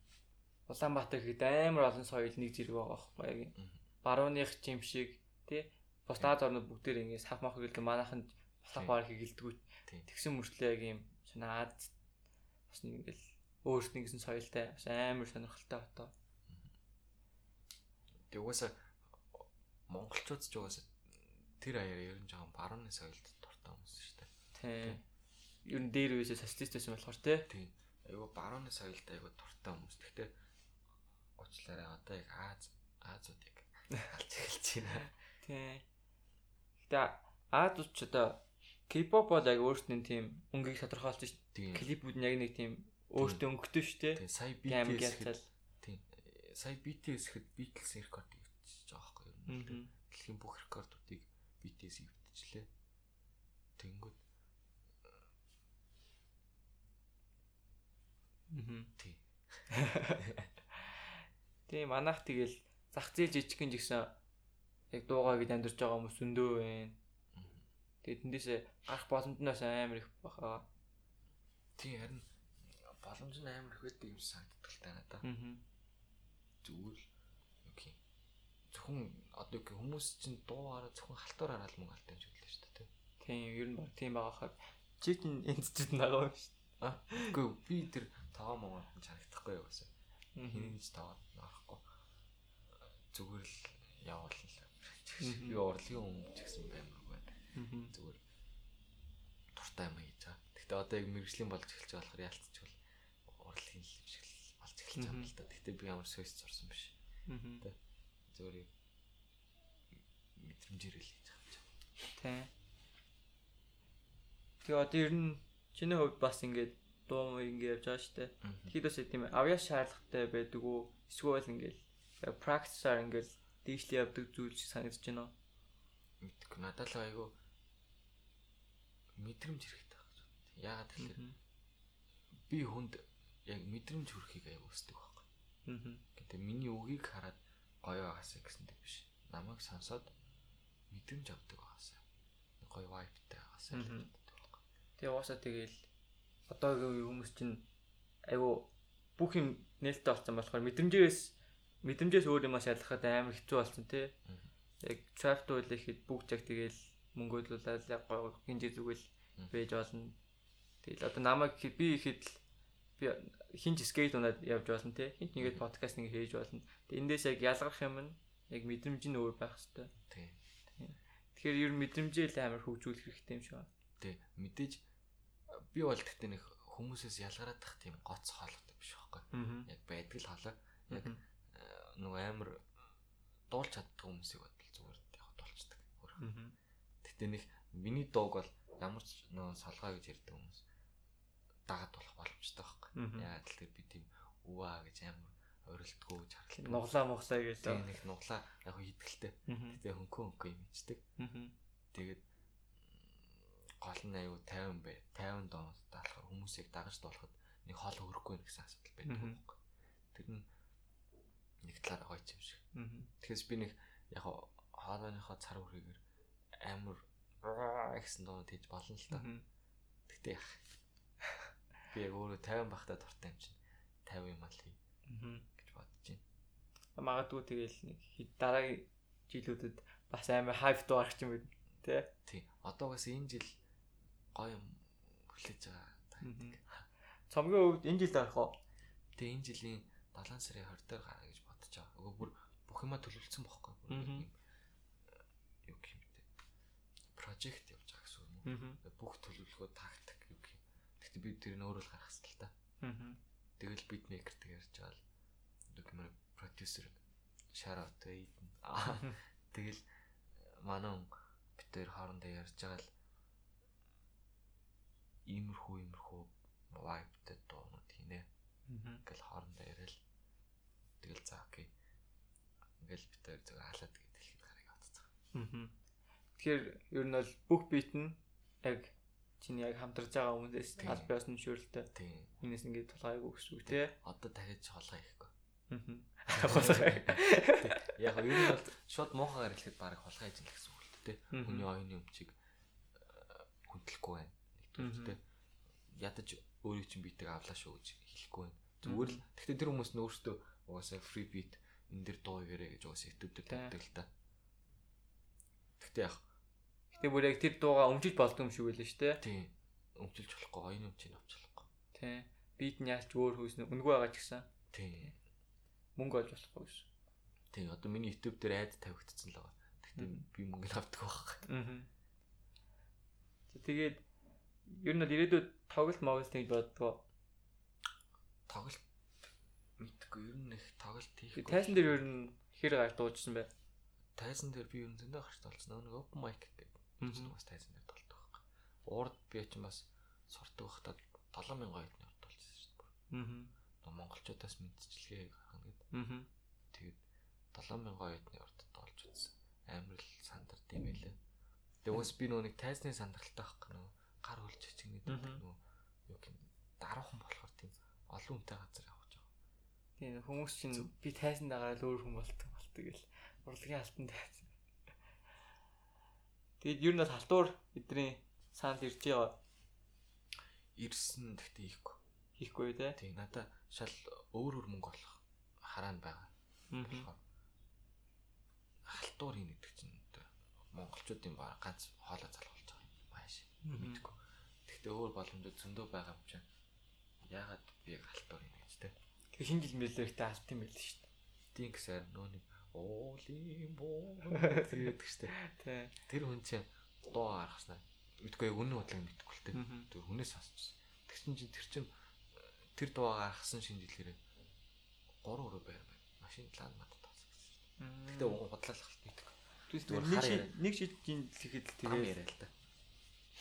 Speaker 1: Улаанбаатар гэхэд амар олон соёл нэг зэрэг байгаа байхгүй яг юм.
Speaker 2: Мгм.
Speaker 1: Барууных ч юм шиг тий. Бус наад орнууд бүгдээр ингэ сав мах хэлдэг манайхан сав
Speaker 2: Тийм.
Speaker 1: мах хэлдэггүй.
Speaker 2: Тийм.
Speaker 1: Тэгсэн мөртлөө яг юм санаад бас нэг ингээл өөрснөө гэсэн соёлтой бас амар сонирхолтой хатаа.
Speaker 2: Тэг угаасаа монголчууд ч угаасаа тэр аяар ер нь жоохон барууны соёлд дуртай хүмүүс шүү дээ.
Speaker 1: Тий. Юу н дээр үесээ социалист байсан болохоор тий.
Speaker 2: Тийм. Айгу барууны соёлд айгу дуртай хүмүүс. Гэхдээ уучлаарай одоо яг Аз Азууд яг алж эхэлж байна.
Speaker 1: Тий. Гэтэ Аз ус ч одоо K-pop бол яг өөрснөө тийм өнгийг тодорхойлж шít.
Speaker 2: Тийм.
Speaker 1: Клипүүд нь яг нэг тийм өөртөө өнгөтэй шүү дээ.
Speaker 2: Тийм сая
Speaker 1: Гам
Speaker 2: BTS хэд
Speaker 1: гялцал.
Speaker 2: тийм сая BTS хэд Beatles рекорд ивдчихэж байгаа байхгүй юу? ер нь л дээ.
Speaker 1: Мгм.
Speaker 2: дэлхийн бүх рекордуудыг BTS ивдчихлээ. Тэнгүүд
Speaker 1: Мгм.
Speaker 2: тий.
Speaker 1: Тийм манайх тэгэл зах зээл жижигхэн жигсэн яг дуугаа гээд амьдарч байгаа хүмүүс өндөө байна.
Speaker 2: Мгм.
Speaker 1: Тэгээд тэндээсээ гарах боломж нь бас амар их баха.
Speaker 2: Тий харин боломж нь амар их байдаг юм шиг санагддаг л та надаа.
Speaker 1: Аа.
Speaker 2: Зүгээр л юу гэх юм. Зөвхөн одоо юу гэх юм, хүмүүс чинь дуу хараа зөвхөн халтаар хараад мөнгө алдсан юм шиг л дээ шүү дээ.
Speaker 1: Тийм ер нь баг тийм байгаа хаа. Чи ч эндчэд байгаа юм шүү.
Speaker 2: Гэхдээ би тэр таваа монгод нь чарагдахгүй юу гэсэн.
Speaker 1: Мгм.
Speaker 2: Хинж таваад нарахгүй. Зүгээр л явуулна л.
Speaker 1: Мгм.
Speaker 2: Би урлагийн өмнө ч гэсэн баймар байна.
Speaker 1: Мгм.
Speaker 2: зүгээр туртай юм хийж байгаа. Гэхдээ одоо яг мэрэгжлийн болж эхэлж байгаа болохоор яалтчихвал урлагийн л юм шиг л болж эхэлж байгаа юм л да. Гэхдээ би ямар сүйс зорсон биш.
Speaker 1: Мгм.
Speaker 2: Зүгээр юм мэдрэмжээр л хийж байгаа юм чинь.
Speaker 1: Тийм. Тэгээ одоо ер нь чиний хувьд бас ингээд дуу муу ингээд явж байгаа шүү дээ. Тэгэхэд бас тийм авьяа шаардлагатай байдаг уу? Эсвэл ингээд яг practice-аар ингээд дээшлээ явдаг зүйл шиг санагдаж байна уу?
Speaker 2: Мэдгүй надад л айгүй мэдрэмж хэрэгтэй байх гэж байна. Яагаад гэвэл би хүнд яг мэдрэмж хүрхийг айгүй өсдөг байхгүй.
Speaker 1: Мгм.
Speaker 2: Гэтэ миний үгийг хараад гоё аасаа гэсэнтэй биш. Намайг сонсоод мэдрэмж авдаг аасаа. Гоё vibe-тай аасаа л
Speaker 1: Мгм.
Speaker 2: гэдэг байна.
Speaker 1: Тэгээ ууса тэгээл одоогийн үе хүмүүс чинь айгу бүх юм нээлттэй болсон болохоор мэдрэмжээс мэдрэмжээс өөр юм шалгахад амар хэцүү болсон тий. Яг чарт үйлээ ихэд бүгд яг тэгэл мөнгөөлүүлээд яг гоо хинжи зүгэл бэж болно. Тэгэл одоо намайг хэ- би ихэд л би хинж скейл унаад явж болно тий. Хинт нэгэд подкаст ингэ хийж болно. Тэг эндээс яг ялгарх юм нь яг мэдрэмж нь өөр байх хэвээр.
Speaker 2: Тийм.
Speaker 1: Тэгэхээр ер нь мэдрэмжээ л амар хөгжүүлэх хэрэгтэй юм шиг байна.
Speaker 2: Тэ мэдээж би бол гэхдээ нэг хүмүүсээс ялгараадах тийм гоц хоолтой биш байхгүй.
Speaker 1: Аа.
Speaker 2: Яг байдаг л хоолой. Яг нөгөө амар дуулж чаддаг хүмүүсийг бодвол зүгээр яг дуулцдаг. Өөрөө.
Speaker 1: Аа.
Speaker 2: Гэхдээ нэг миний дууг бол ямар ч нөгөө салгаа гэж ярьдаг хүмүүс дагаад болох боломжтой байхгүй.
Speaker 1: Мгм.
Speaker 2: Яагаад гэвэл би тийм өвөө гэж амар орилдгоо гэж харалтдаг.
Speaker 1: Нуглаа муглаа гэж.
Speaker 2: тийм нэг нуглаа яг хидгэлтэй.
Speaker 1: Мгм.
Speaker 2: Тэгээ хөнгөн хөнгөн юм ичдэг.
Speaker 1: Мгм.
Speaker 2: Тэгээд гол нь аюу 50 бай. 50 доонд даалахаар хүмүүсийг дагаж дуулахад нэг хоол өрөхгүй нэ гэсэн асуудал байдаг
Speaker 1: Мгм.
Speaker 2: байхгүй. Тэр нь нэг талаараа гойч юм шиг.
Speaker 1: Мгм.
Speaker 2: Тэгэхээр би нэг яг хоо- хоолойныхоо цар хүрээгээр амар аа гэсэн доонд хийж болно л та.
Speaker 1: Мгм.
Speaker 2: Тэгтээ яах. Би яг өөрөө 50 бахта дуртай юм чинь 50 юм аа л хий
Speaker 1: Мгм.
Speaker 2: гэж бодож байна.
Speaker 1: Магадгүй тэгэл нэг хэд- дараагийн жилүүдэд бас амар хайп дуурах ч юм бид. Тэ?
Speaker 2: Тий. Одоогоос энэ жил гоё юм хүлээж байгаа.
Speaker 1: Мгм. Цомгийн үед энэ жил дарах уу?
Speaker 2: Тэгээ энэ жилийн 7 сарын 20 дээр гараа гэж бодож байгаа. Өгөө бүр бүх юма төлөвлөсөн бохоггүй. Бүр
Speaker 1: Мгм.
Speaker 2: юм- Юу гэх юм бэ? Прожект явж байгаа гэсэн юм уу?
Speaker 1: Мгм.
Speaker 2: Бүх төлөвлөгөө тактик юу гэх юм. Гэхдээ би тэр нь өөрөө л гаргасан л та.
Speaker 1: Мгм.
Speaker 2: Тэгэл бит мейкертэй ярьж байгаа л докюмент продюсер шараут эйдэн. Тэгэл манай бид хоёр хоорондоо ярьж байгаа л иймэрхүү иймэрхүү вайбтай дуунууд хийнэ
Speaker 1: Мгм.
Speaker 2: ингээл хоорондоо яриад тэгэл за окей. Ингээл бид хоёр зүгээр халаад гэдэг хэлэхэд гарыг атцсан.
Speaker 1: Мгм. Тэгэхээр ер нь бол бүх бит нь яг чиний яг хамтарж байгаа хүмүүсээс
Speaker 2: Тийм.
Speaker 1: албаас нь шүрэлтэй.
Speaker 2: Тийм.
Speaker 1: Энэс ингээд тулгаагүй гэсэн үг тий.
Speaker 2: Одоо дахиж холгоо хийхгүй.
Speaker 1: Мгм.
Speaker 2: Яг нь юу нь бол шууд муухан гарэлхэд баг холгоо хийж л гэсэн үг л дээ. тэ.
Speaker 1: Мгм.
Speaker 2: Хүний оюуны өмчийг э, хүндлэхгүй байна.
Speaker 1: Мгм.
Speaker 2: Нэгдүгээр тэ. Ядаж өөрийг чинь битэг авлаа шүү гэж хэлэхгүй байна. Зүгээр л гэхдээ тэр хүмүүс нь өөрсдөө угаасаа free beat энэ дэр дуу гэрэ гэж угаасаа YouTube дээр
Speaker 1: Тэ.
Speaker 2: тавьдаг л та. Гэхдээ яг
Speaker 1: Гэтэ бүр яг тэр дууга өмжиж болдгоо юм шиг байлаа шүү дээ.
Speaker 2: тийм өмчлөж болохгүй, оюуны өмчийг авч болохгүй.
Speaker 1: Тий. Бит нь ялч өөр хөөснө үнгүй байгаа ч гэсэн
Speaker 2: Тийм.
Speaker 1: мөнгө олж болохгүй гэсэн.
Speaker 2: Тий, одоо миний YouTube дээр айд тавигдсан л байгаа. Тэгтээ
Speaker 1: Мгм.
Speaker 2: би мөнгө нь авдаг байхгүй.
Speaker 1: Аа. Тэгээд ер нь бол ирээдүйд тоглолт моголт гэж боддгоо.
Speaker 2: Тоглолт мэдгүй ер нь их тоглолт хийх.
Speaker 1: Тайсан дээр ер нь хэр гар дуужсан бай.
Speaker 2: тайсан дээр би ер нь зөндөө гарч толсон. Нэг open mic гэдэг.
Speaker 1: Мгм.
Speaker 2: Бас тайсан дээр толдог байхгүй. Уурд би ч бас сурдаг байхдаа 7000 оюутны урд толсон шүү дээ.
Speaker 1: Аа.
Speaker 2: Нөө монголчуудаас мэдчилгээ гаргана гэдэг.
Speaker 1: Аа.
Speaker 2: Тэгээд 7000 оюутны урд толж үзсэн. Амар л сандар тийм байлаа. Тэгээс би нөө нэг тайсны сандралтай байхгүй нөө гар хөлж чичгнээд
Speaker 1: Мгм.
Speaker 2: нөө юу гэх юм даруухан болохоор тийм олон хүнтэй газар явах гэж байгаа.
Speaker 1: Тийм хүмүүс чинь би тайсан дагараа л өөр хүн болтго болтго гэл. Урлагийн алтан тайсан. Тэгээд ер нь бол халтуур эдний санд ирж байгаа
Speaker 2: Ирсэн гэхдээ ийхгүй.
Speaker 1: хийхгүй те.
Speaker 2: Тийм надаа шал өөр өөр мөнгө олох хараа нь байгаа.
Speaker 1: Аа.
Speaker 2: болохоор халтуур хийнэ гэдэг чинь одоо монголчуудын баг ганц хоолой залгуулж байгаа юм маш
Speaker 1: Мгм.
Speaker 2: мэдгүй. Гэхдээ өөр боломжууд зөндөө байгаа юм чинь. Ягаад би яг халтуур хийнэ гэж тээ.
Speaker 1: Тэг хин жил мэлэрхтэй алт юм байл шүү
Speaker 2: Тийм гэсэн нөө нэг уулын боо гэдэг штэ.
Speaker 1: дээ.
Speaker 2: Тэр хүн чинь дуу гаргаснаа. Мэдгүй яг үнэн бодлыг мэдгүй л тээ.
Speaker 1: Мгм.
Speaker 2: Тэр хүнээс сонсчихсан. Тэр чинь чи- тэр чинь тэр дуу гаргасан шинжилгээрээ 3 өрөө байр байна. Машин талаар надад тооцсон гэсэн.
Speaker 1: Тэ.
Speaker 2: Гэтэ уг бодлолох мэдгүй.
Speaker 1: Тэгвэл
Speaker 2: зүгээр
Speaker 1: нэг
Speaker 2: хар
Speaker 1: шид
Speaker 2: яриа.
Speaker 1: нэг шид жин хэлэхэд л
Speaker 2: Тэгээ
Speaker 1: тэгээд
Speaker 2: яриа л да.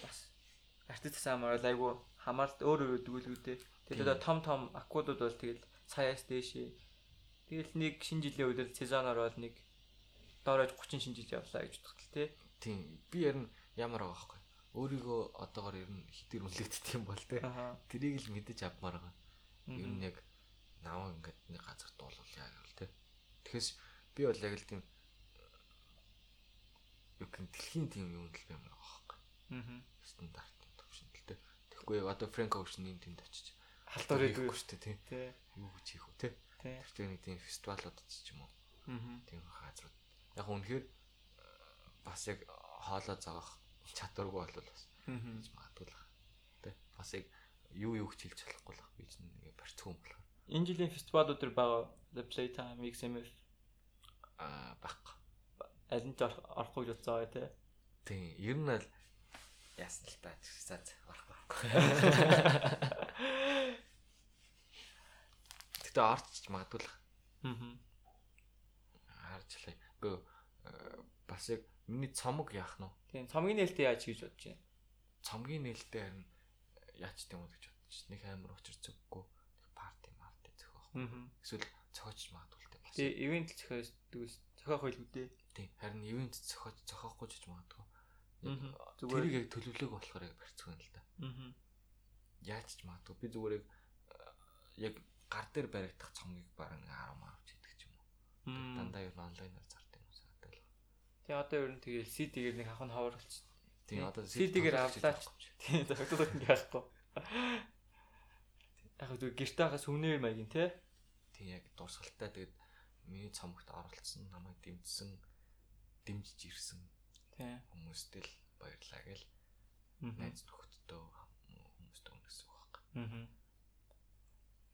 Speaker 1: бас артист самаар л айгу хамаард өөр өөр дгүүлгүүдээ.
Speaker 2: Тийм.
Speaker 1: Тэгээд одоо том том аккуудууд бол тэгэл цаяас дэшээ. Тэгэл нэг шинэ жилийн үед сезоноор бол нэг доорож 30 шинэ жил явлаа гэж бодох тал тий.
Speaker 2: Тийм. Би ярина ямар байгаа байхгүй. Өөрийгөө одоогор ер нь хитэр үнэлэгддэг юм бол тэ.
Speaker 1: Аха.
Speaker 2: Тэрийг л мэдэж авмаар байгаа. Ер нь
Speaker 1: Мгм.
Speaker 2: яг наваа ингээд нэг газар дуулуул яа гэвэл тэ. Тэгэхээс би бол яг л тийм юу гэх юм, дэлхийн тийм юм л баймар байгаа байхгүй.
Speaker 1: Мгм.
Speaker 2: Стандарт төвшин л тэ. Тэгэхгүй яг одоо Фрэнк Оушен юм тэнд очиж
Speaker 1: халтур идвэ.
Speaker 2: хийхгүй шүү дээ тий.
Speaker 1: Тэ.
Speaker 2: Юу гэж хийх вэ тий.
Speaker 1: Тэ.
Speaker 2: Тэр нэг тийм фестивалууд ч юм уу.
Speaker 1: Аа.
Speaker 2: Тийм газрууд. Яг үнэхээр э, бас яг хоолоо зоох чадваргүй болвол бас
Speaker 1: Аа.
Speaker 2: хийж магадгүй л байна. Тэ бас яг юу юу хчилж болохгүй л байна. Би ч нэг барьцгүй юм болохоор
Speaker 1: Энэ жилийн фестивалууд төр байгаа The Playtime XMF
Speaker 2: аа баггүй.
Speaker 1: аль нь ч орох- орохгүй гэж бодсоо бай тээ.
Speaker 2: Тийм ер нь аль яасан л та чи цаа цаа орохгүй. Гэтэ орчч магадгүй л байна.
Speaker 1: Аа.
Speaker 2: харжлаа. Гэхдээ э, бас яг миний цомог яах нь вэ?
Speaker 1: Тийм цомгийн нээлтээ яаж хийж бодож байна?
Speaker 2: Цомгийн нээлттэй харин яач тийм үү гэж бодчих. Нэг амар учир зүггүй. Нэг парти марти зөхөх.
Speaker 1: Аа.
Speaker 2: Эсвэл цохож магадгүй л дээ бас.
Speaker 1: Тэгээ ивент зохиос дүүс зохиох байлгүй дээ.
Speaker 2: Тийм. Харин ивент цохож цохохгүй ч гэж магадгүй.
Speaker 1: Мгм. Зүгээр.
Speaker 2: Тэрийг яг төлөвлөг болохоор яг барьцгүй юм л да.
Speaker 1: Аа.
Speaker 2: Яач ч магадгүй. Би зүгээр яг э, яг гар дээр баригдах цомгийг баран 10 авч идэх ч юм уу.
Speaker 1: Дандаа.
Speaker 2: Дандаа ер нь онлайнаар зардаг юм санагдал.
Speaker 1: Тэгээ одоо ер нь тэгээ CD-гээр нэг ахын хавар болчих.
Speaker 2: Тийм
Speaker 1: Тий.
Speaker 2: одоо
Speaker 1: CD-гээр
Speaker 2: тоглож
Speaker 1: авлаач.
Speaker 2: байгаа юм чи.
Speaker 1: Тийм зохиолоод ингэ яахгүй. Яг үгүй гэртээ хас өмнөө маягийн те.
Speaker 2: Тийм яг дурсгалтай. Тэгээд миний цомогт оролцсон, намайг дэмжсэн, дэмжиж ирсэн
Speaker 1: Тийм.
Speaker 2: хүмүүстээ л баярлаа гэл
Speaker 1: Аа.
Speaker 2: найз нөхөдтэй хүмүүстээ өнгөсөн баг.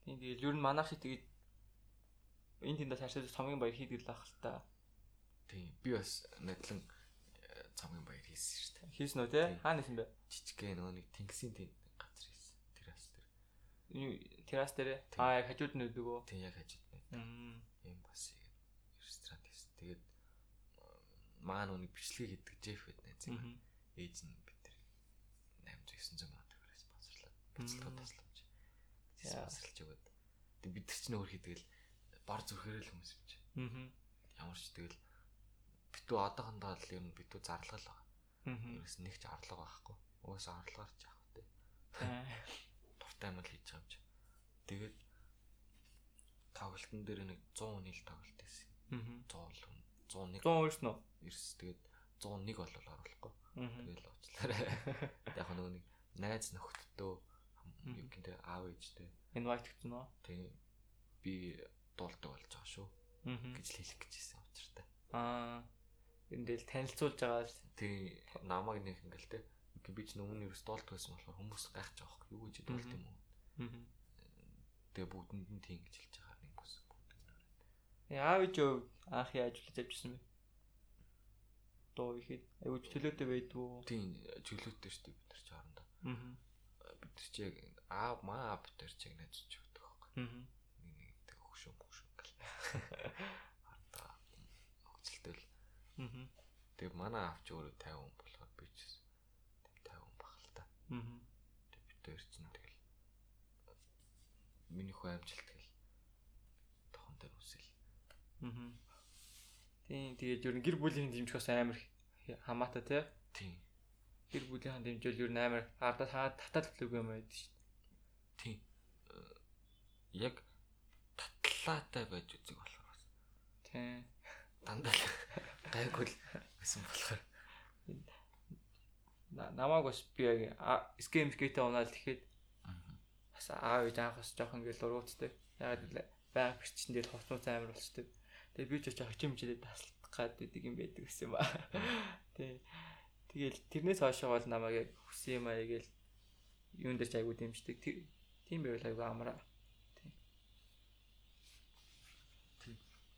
Speaker 1: Тийм тэгээд ер нь манайх шиг тэгээд энэ тэндээ цаашаа цомгийн баяр хийдэг л ах л та.
Speaker 2: Тийм би бас надлан э, цомгийн баяр хийсэн шүү дээ.
Speaker 1: Хийсэн үү те?
Speaker 2: Тийм.
Speaker 1: Хаа нэгэн бэ?
Speaker 2: Жижигхэн нөгөө нэг тэнгисийн тэнд газар хийсэн. Тэр бас тэр.
Speaker 1: Юу, Террас дээр
Speaker 2: Тийм.
Speaker 1: аа яг хажууд нь үүдэгөө.
Speaker 2: Тийм яг хажид нь
Speaker 1: Мм.
Speaker 2: юм бас игээд ресторан хийсэн. Тэгээд э, маа нүг бичлэг хийдэг Джеф гэдэг найз юм. ээж нь бид нар 800 900 мянга төгрөг спонсорлаад буцалтгад
Speaker 1: Мм.
Speaker 2: тасламж.
Speaker 1: Яа.
Speaker 2: Спонсорлж өгöd. Тэг бид нар ч нөөр хийдгээл бор зүрхээрээ л хүмүүс бич.
Speaker 1: Мм.
Speaker 2: Ямар ч тэгэл битүү одоохондоо л ер нь битүү зарлал байгаа.
Speaker 1: Мм.
Speaker 2: Ерөөс нэг ч орлого байхгүй. Уус орлогоор ч авах тий.
Speaker 1: Аа.
Speaker 2: Дуртай юм л хийж байгаа юм чи. Тэгээд тоглолтын дээр нэг 100 хүний л тоглолт хийсэн.
Speaker 1: Мм.
Speaker 2: 100 л хүн. 101
Speaker 1: 100 өрснө.
Speaker 2: ерөөс тэгээд 101 болвол оруулахгүй.
Speaker 1: Мм.
Speaker 2: Тэгэл уучлаарай. Яг нөгөө нэг найз нөхдөдөө
Speaker 1: Мгм.
Speaker 2: юм гэдэг аав ээжтэй
Speaker 1: Invite гэсэн үү?
Speaker 2: тий би дуулдаг болж байгаа шүү
Speaker 1: Мм.
Speaker 2: гэж л хэлэх гэж байсан учиртай.
Speaker 1: Аа. Эндэл танилцуулж байгаа л.
Speaker 2: Тий намайг нэг ингээл тий үгүй би ч өмнө нь ерөөс дуулдаг байсан болохоор хүмүүс гайхаж байгаа хөөх юу гэж дуулт юм уу.
Speaker 1: Мм.
Speaker 2: Тэгээ бүгдэнд нь тий гэж хэлж байгаа нэг ус бүгд.
Speaker 1: Яав гэж өв анх яаж үлдээж авчихсан бэ? Доо ихэд аюу төлөөтэй байдгүй.
Speaker 2: Тий чөлөөтэй шүү дээ бид нар ч орондоо.
Speaker 1: Мм.
Speaker 2: Бид нар чи яг аав маа аав бид нар чиг найзч өгдөг хөөх.
Speaker 1: Мм.
Speaker 2: Нэг нэг тэг хөшөө хөшөө гэл. Хардаа хөвчлөлтэй л
Speaker 1: Мм.
Speaker 2: Тэгээ манай авч өөрөө 50 хүн болохоор би ч 50 хүн баг л да.
Speaker 1: Мм.
Speaker 2: Тэг бид хоёр ч нэг л миний хөө амжилт гэл тохон дээр үсэл.
Speaker 1: Мм. Тийм тэгээд ер нь гэр бүлийн дэмжих бас амар хэ- хамаатай тий.
Speaker 2: Тийм.
Speaker 1: Гэр бүлийнхэн дэмжээл ер нь амар ардаа хаа татал төлөв юм байдаг шүү.
Speaker 2: Тийм. Э, Яг татлаатай байж үзэг болохоор бас
Speaker 1: Тийм.
Speaker 2: дандаа л гайгүй л гэсэн болохоор
Speaker 1: На- намааг бас би яг а- скем скейтэ унаал тэгэхэд бас аав гэж анх бас жоох ингээл ургуутдаг. Яг л байг бичсэн дээр хотнууд амар болчдаг. Тэгээ би ч очиж хоч хэмжээд таслах гад идэг юм байдаг гэсэн юм ба. Тий. Тэгэл тэрнээс хойшоо бол намайг яг хүсэн юм аа гээл юун дээр ч айгуу дэмждэг. Тэ- Тийм байвал айгуу амраа.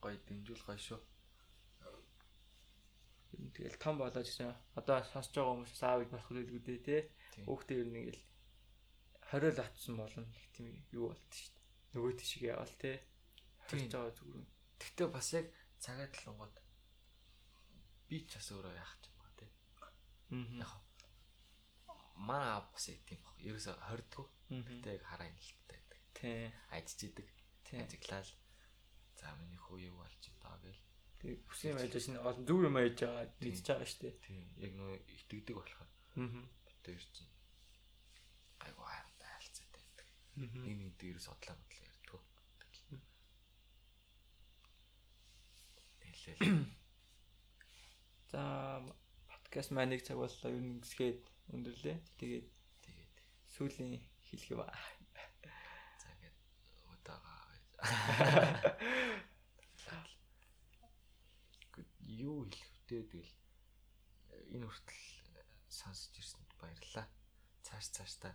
Speaker 2: гоё дэмжүүл гоё шүү.
Speaker 1: Ер нь Тэгэл том болоод гэсэн одоо сонсож байгаа хүмүүс бас аав гэж болох үлгүй дээ тий.
Speaker 2: Тийм.
Speaker 1: Хүүхдээ ер нь ингээл хориол атсан болно гэх тийм юу болт шүү дээ. Нөгөө тишиг яваал тий. Хөрж
Speaker 2: Тийм.
Speaker 1: байгаа зүгээр. юм.
Speaker 2: Тэгтээ бас яг цагаат л гонгод би ч бас өөрөө яах ч юм аа тий.
Speaker 1: Мгм.
Speaker 2: Яг манай аав бас яг тийм баг. Ерөөсө 20 дгүй.
Speaker 1: Мгм.
Speaker 2: Тэг хараа инэлттэй байдаг.
Speaker 1: Тий.
Speaker 2: Ажиж идэг.
Speaker 1: Тий.
Speaker 2: Ажиглал. За миний хүү юу болж байна гэл.
Speaker 1: Тэгээ бүсийн байж байгаа шинэ олон зүг юм байж байгаа мэдчихэж байгаа шүү дээ.
Speaker 2: Тийм. Яг нөө итгэдэг болохоор
Speaker 1: Аа.
Speaker 2: тэр чинь айгу хайртай хайлцаатай байдаг. Нэг нэг дээрээ судлаа бодлоо ярьдаг. Хэлээ.
Speaker 1: За подкаст маань нэг цаг боллоо ер нь гисгээд өндөрлөө. Тэгээд
Speaker 2: Тэгээд
Speaker 1: сүүлийн хэлхий ба.
Speaker 2: юу хэлэх втэ тэгэл э, энэ хүртэл э, сонсож ирсэнд баярлалаа. Цааш цааш та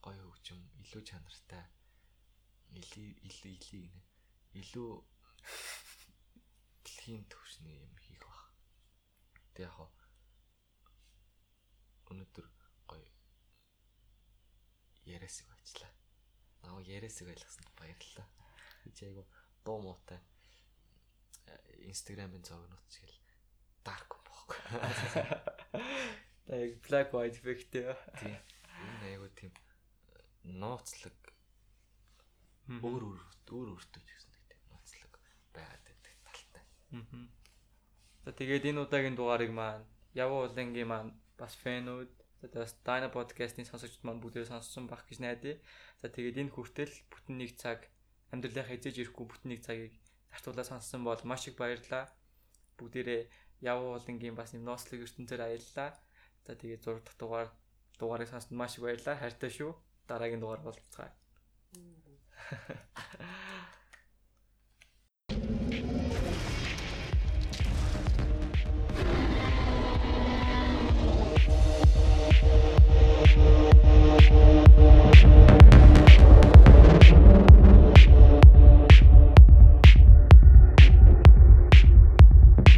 Speaker 2: гоё хөгжим, илүү чанартай илүү илүү илүү гинэ. Илүү дэлхийн түвшний юм хийх баг. Тэг яг хаа өнөөдөр гоё яриасаг ажиллаа. Аа яриасаг байлгасанд баярлалаа. Үгүй айгу дуу муутай э, Instagram-ын зургнууд шиг л dark бохоо.
Speaker 1: Та яг black white effect-тэй.
Speaker 2: Тийм. Энэ айгу тийм э, нууцлаг өөр өөр өөр өөртөө ч гэсэн тийм нууцлаг байгаад байдаг талтай.
Speaker 1: Мгм. За тэгээд энэ удаагийн дугаарыг маань Яваа уулынгийн маань бас фэнүүд тэгээс Дайна подкастын сонсогчд маань бүгдээ сонссон баг гэж найдаа. За тэгээд энэ хүртэл бүтэн нэг цаг амьдралаа хэзээж ирэхгүй бүтэн нэг цагийг зартуулаад сонссон бол маш их баярлалаа. Бүгдээрээ Яваа уулынгийн бас юм ноцлог ертөнцөөр аяллаа. За тэгээд 6 дахь дугаар дугаарыг сонссонд маш их баярлалаа. Хайртай шүү. Дараагийн дугаар болцгаая.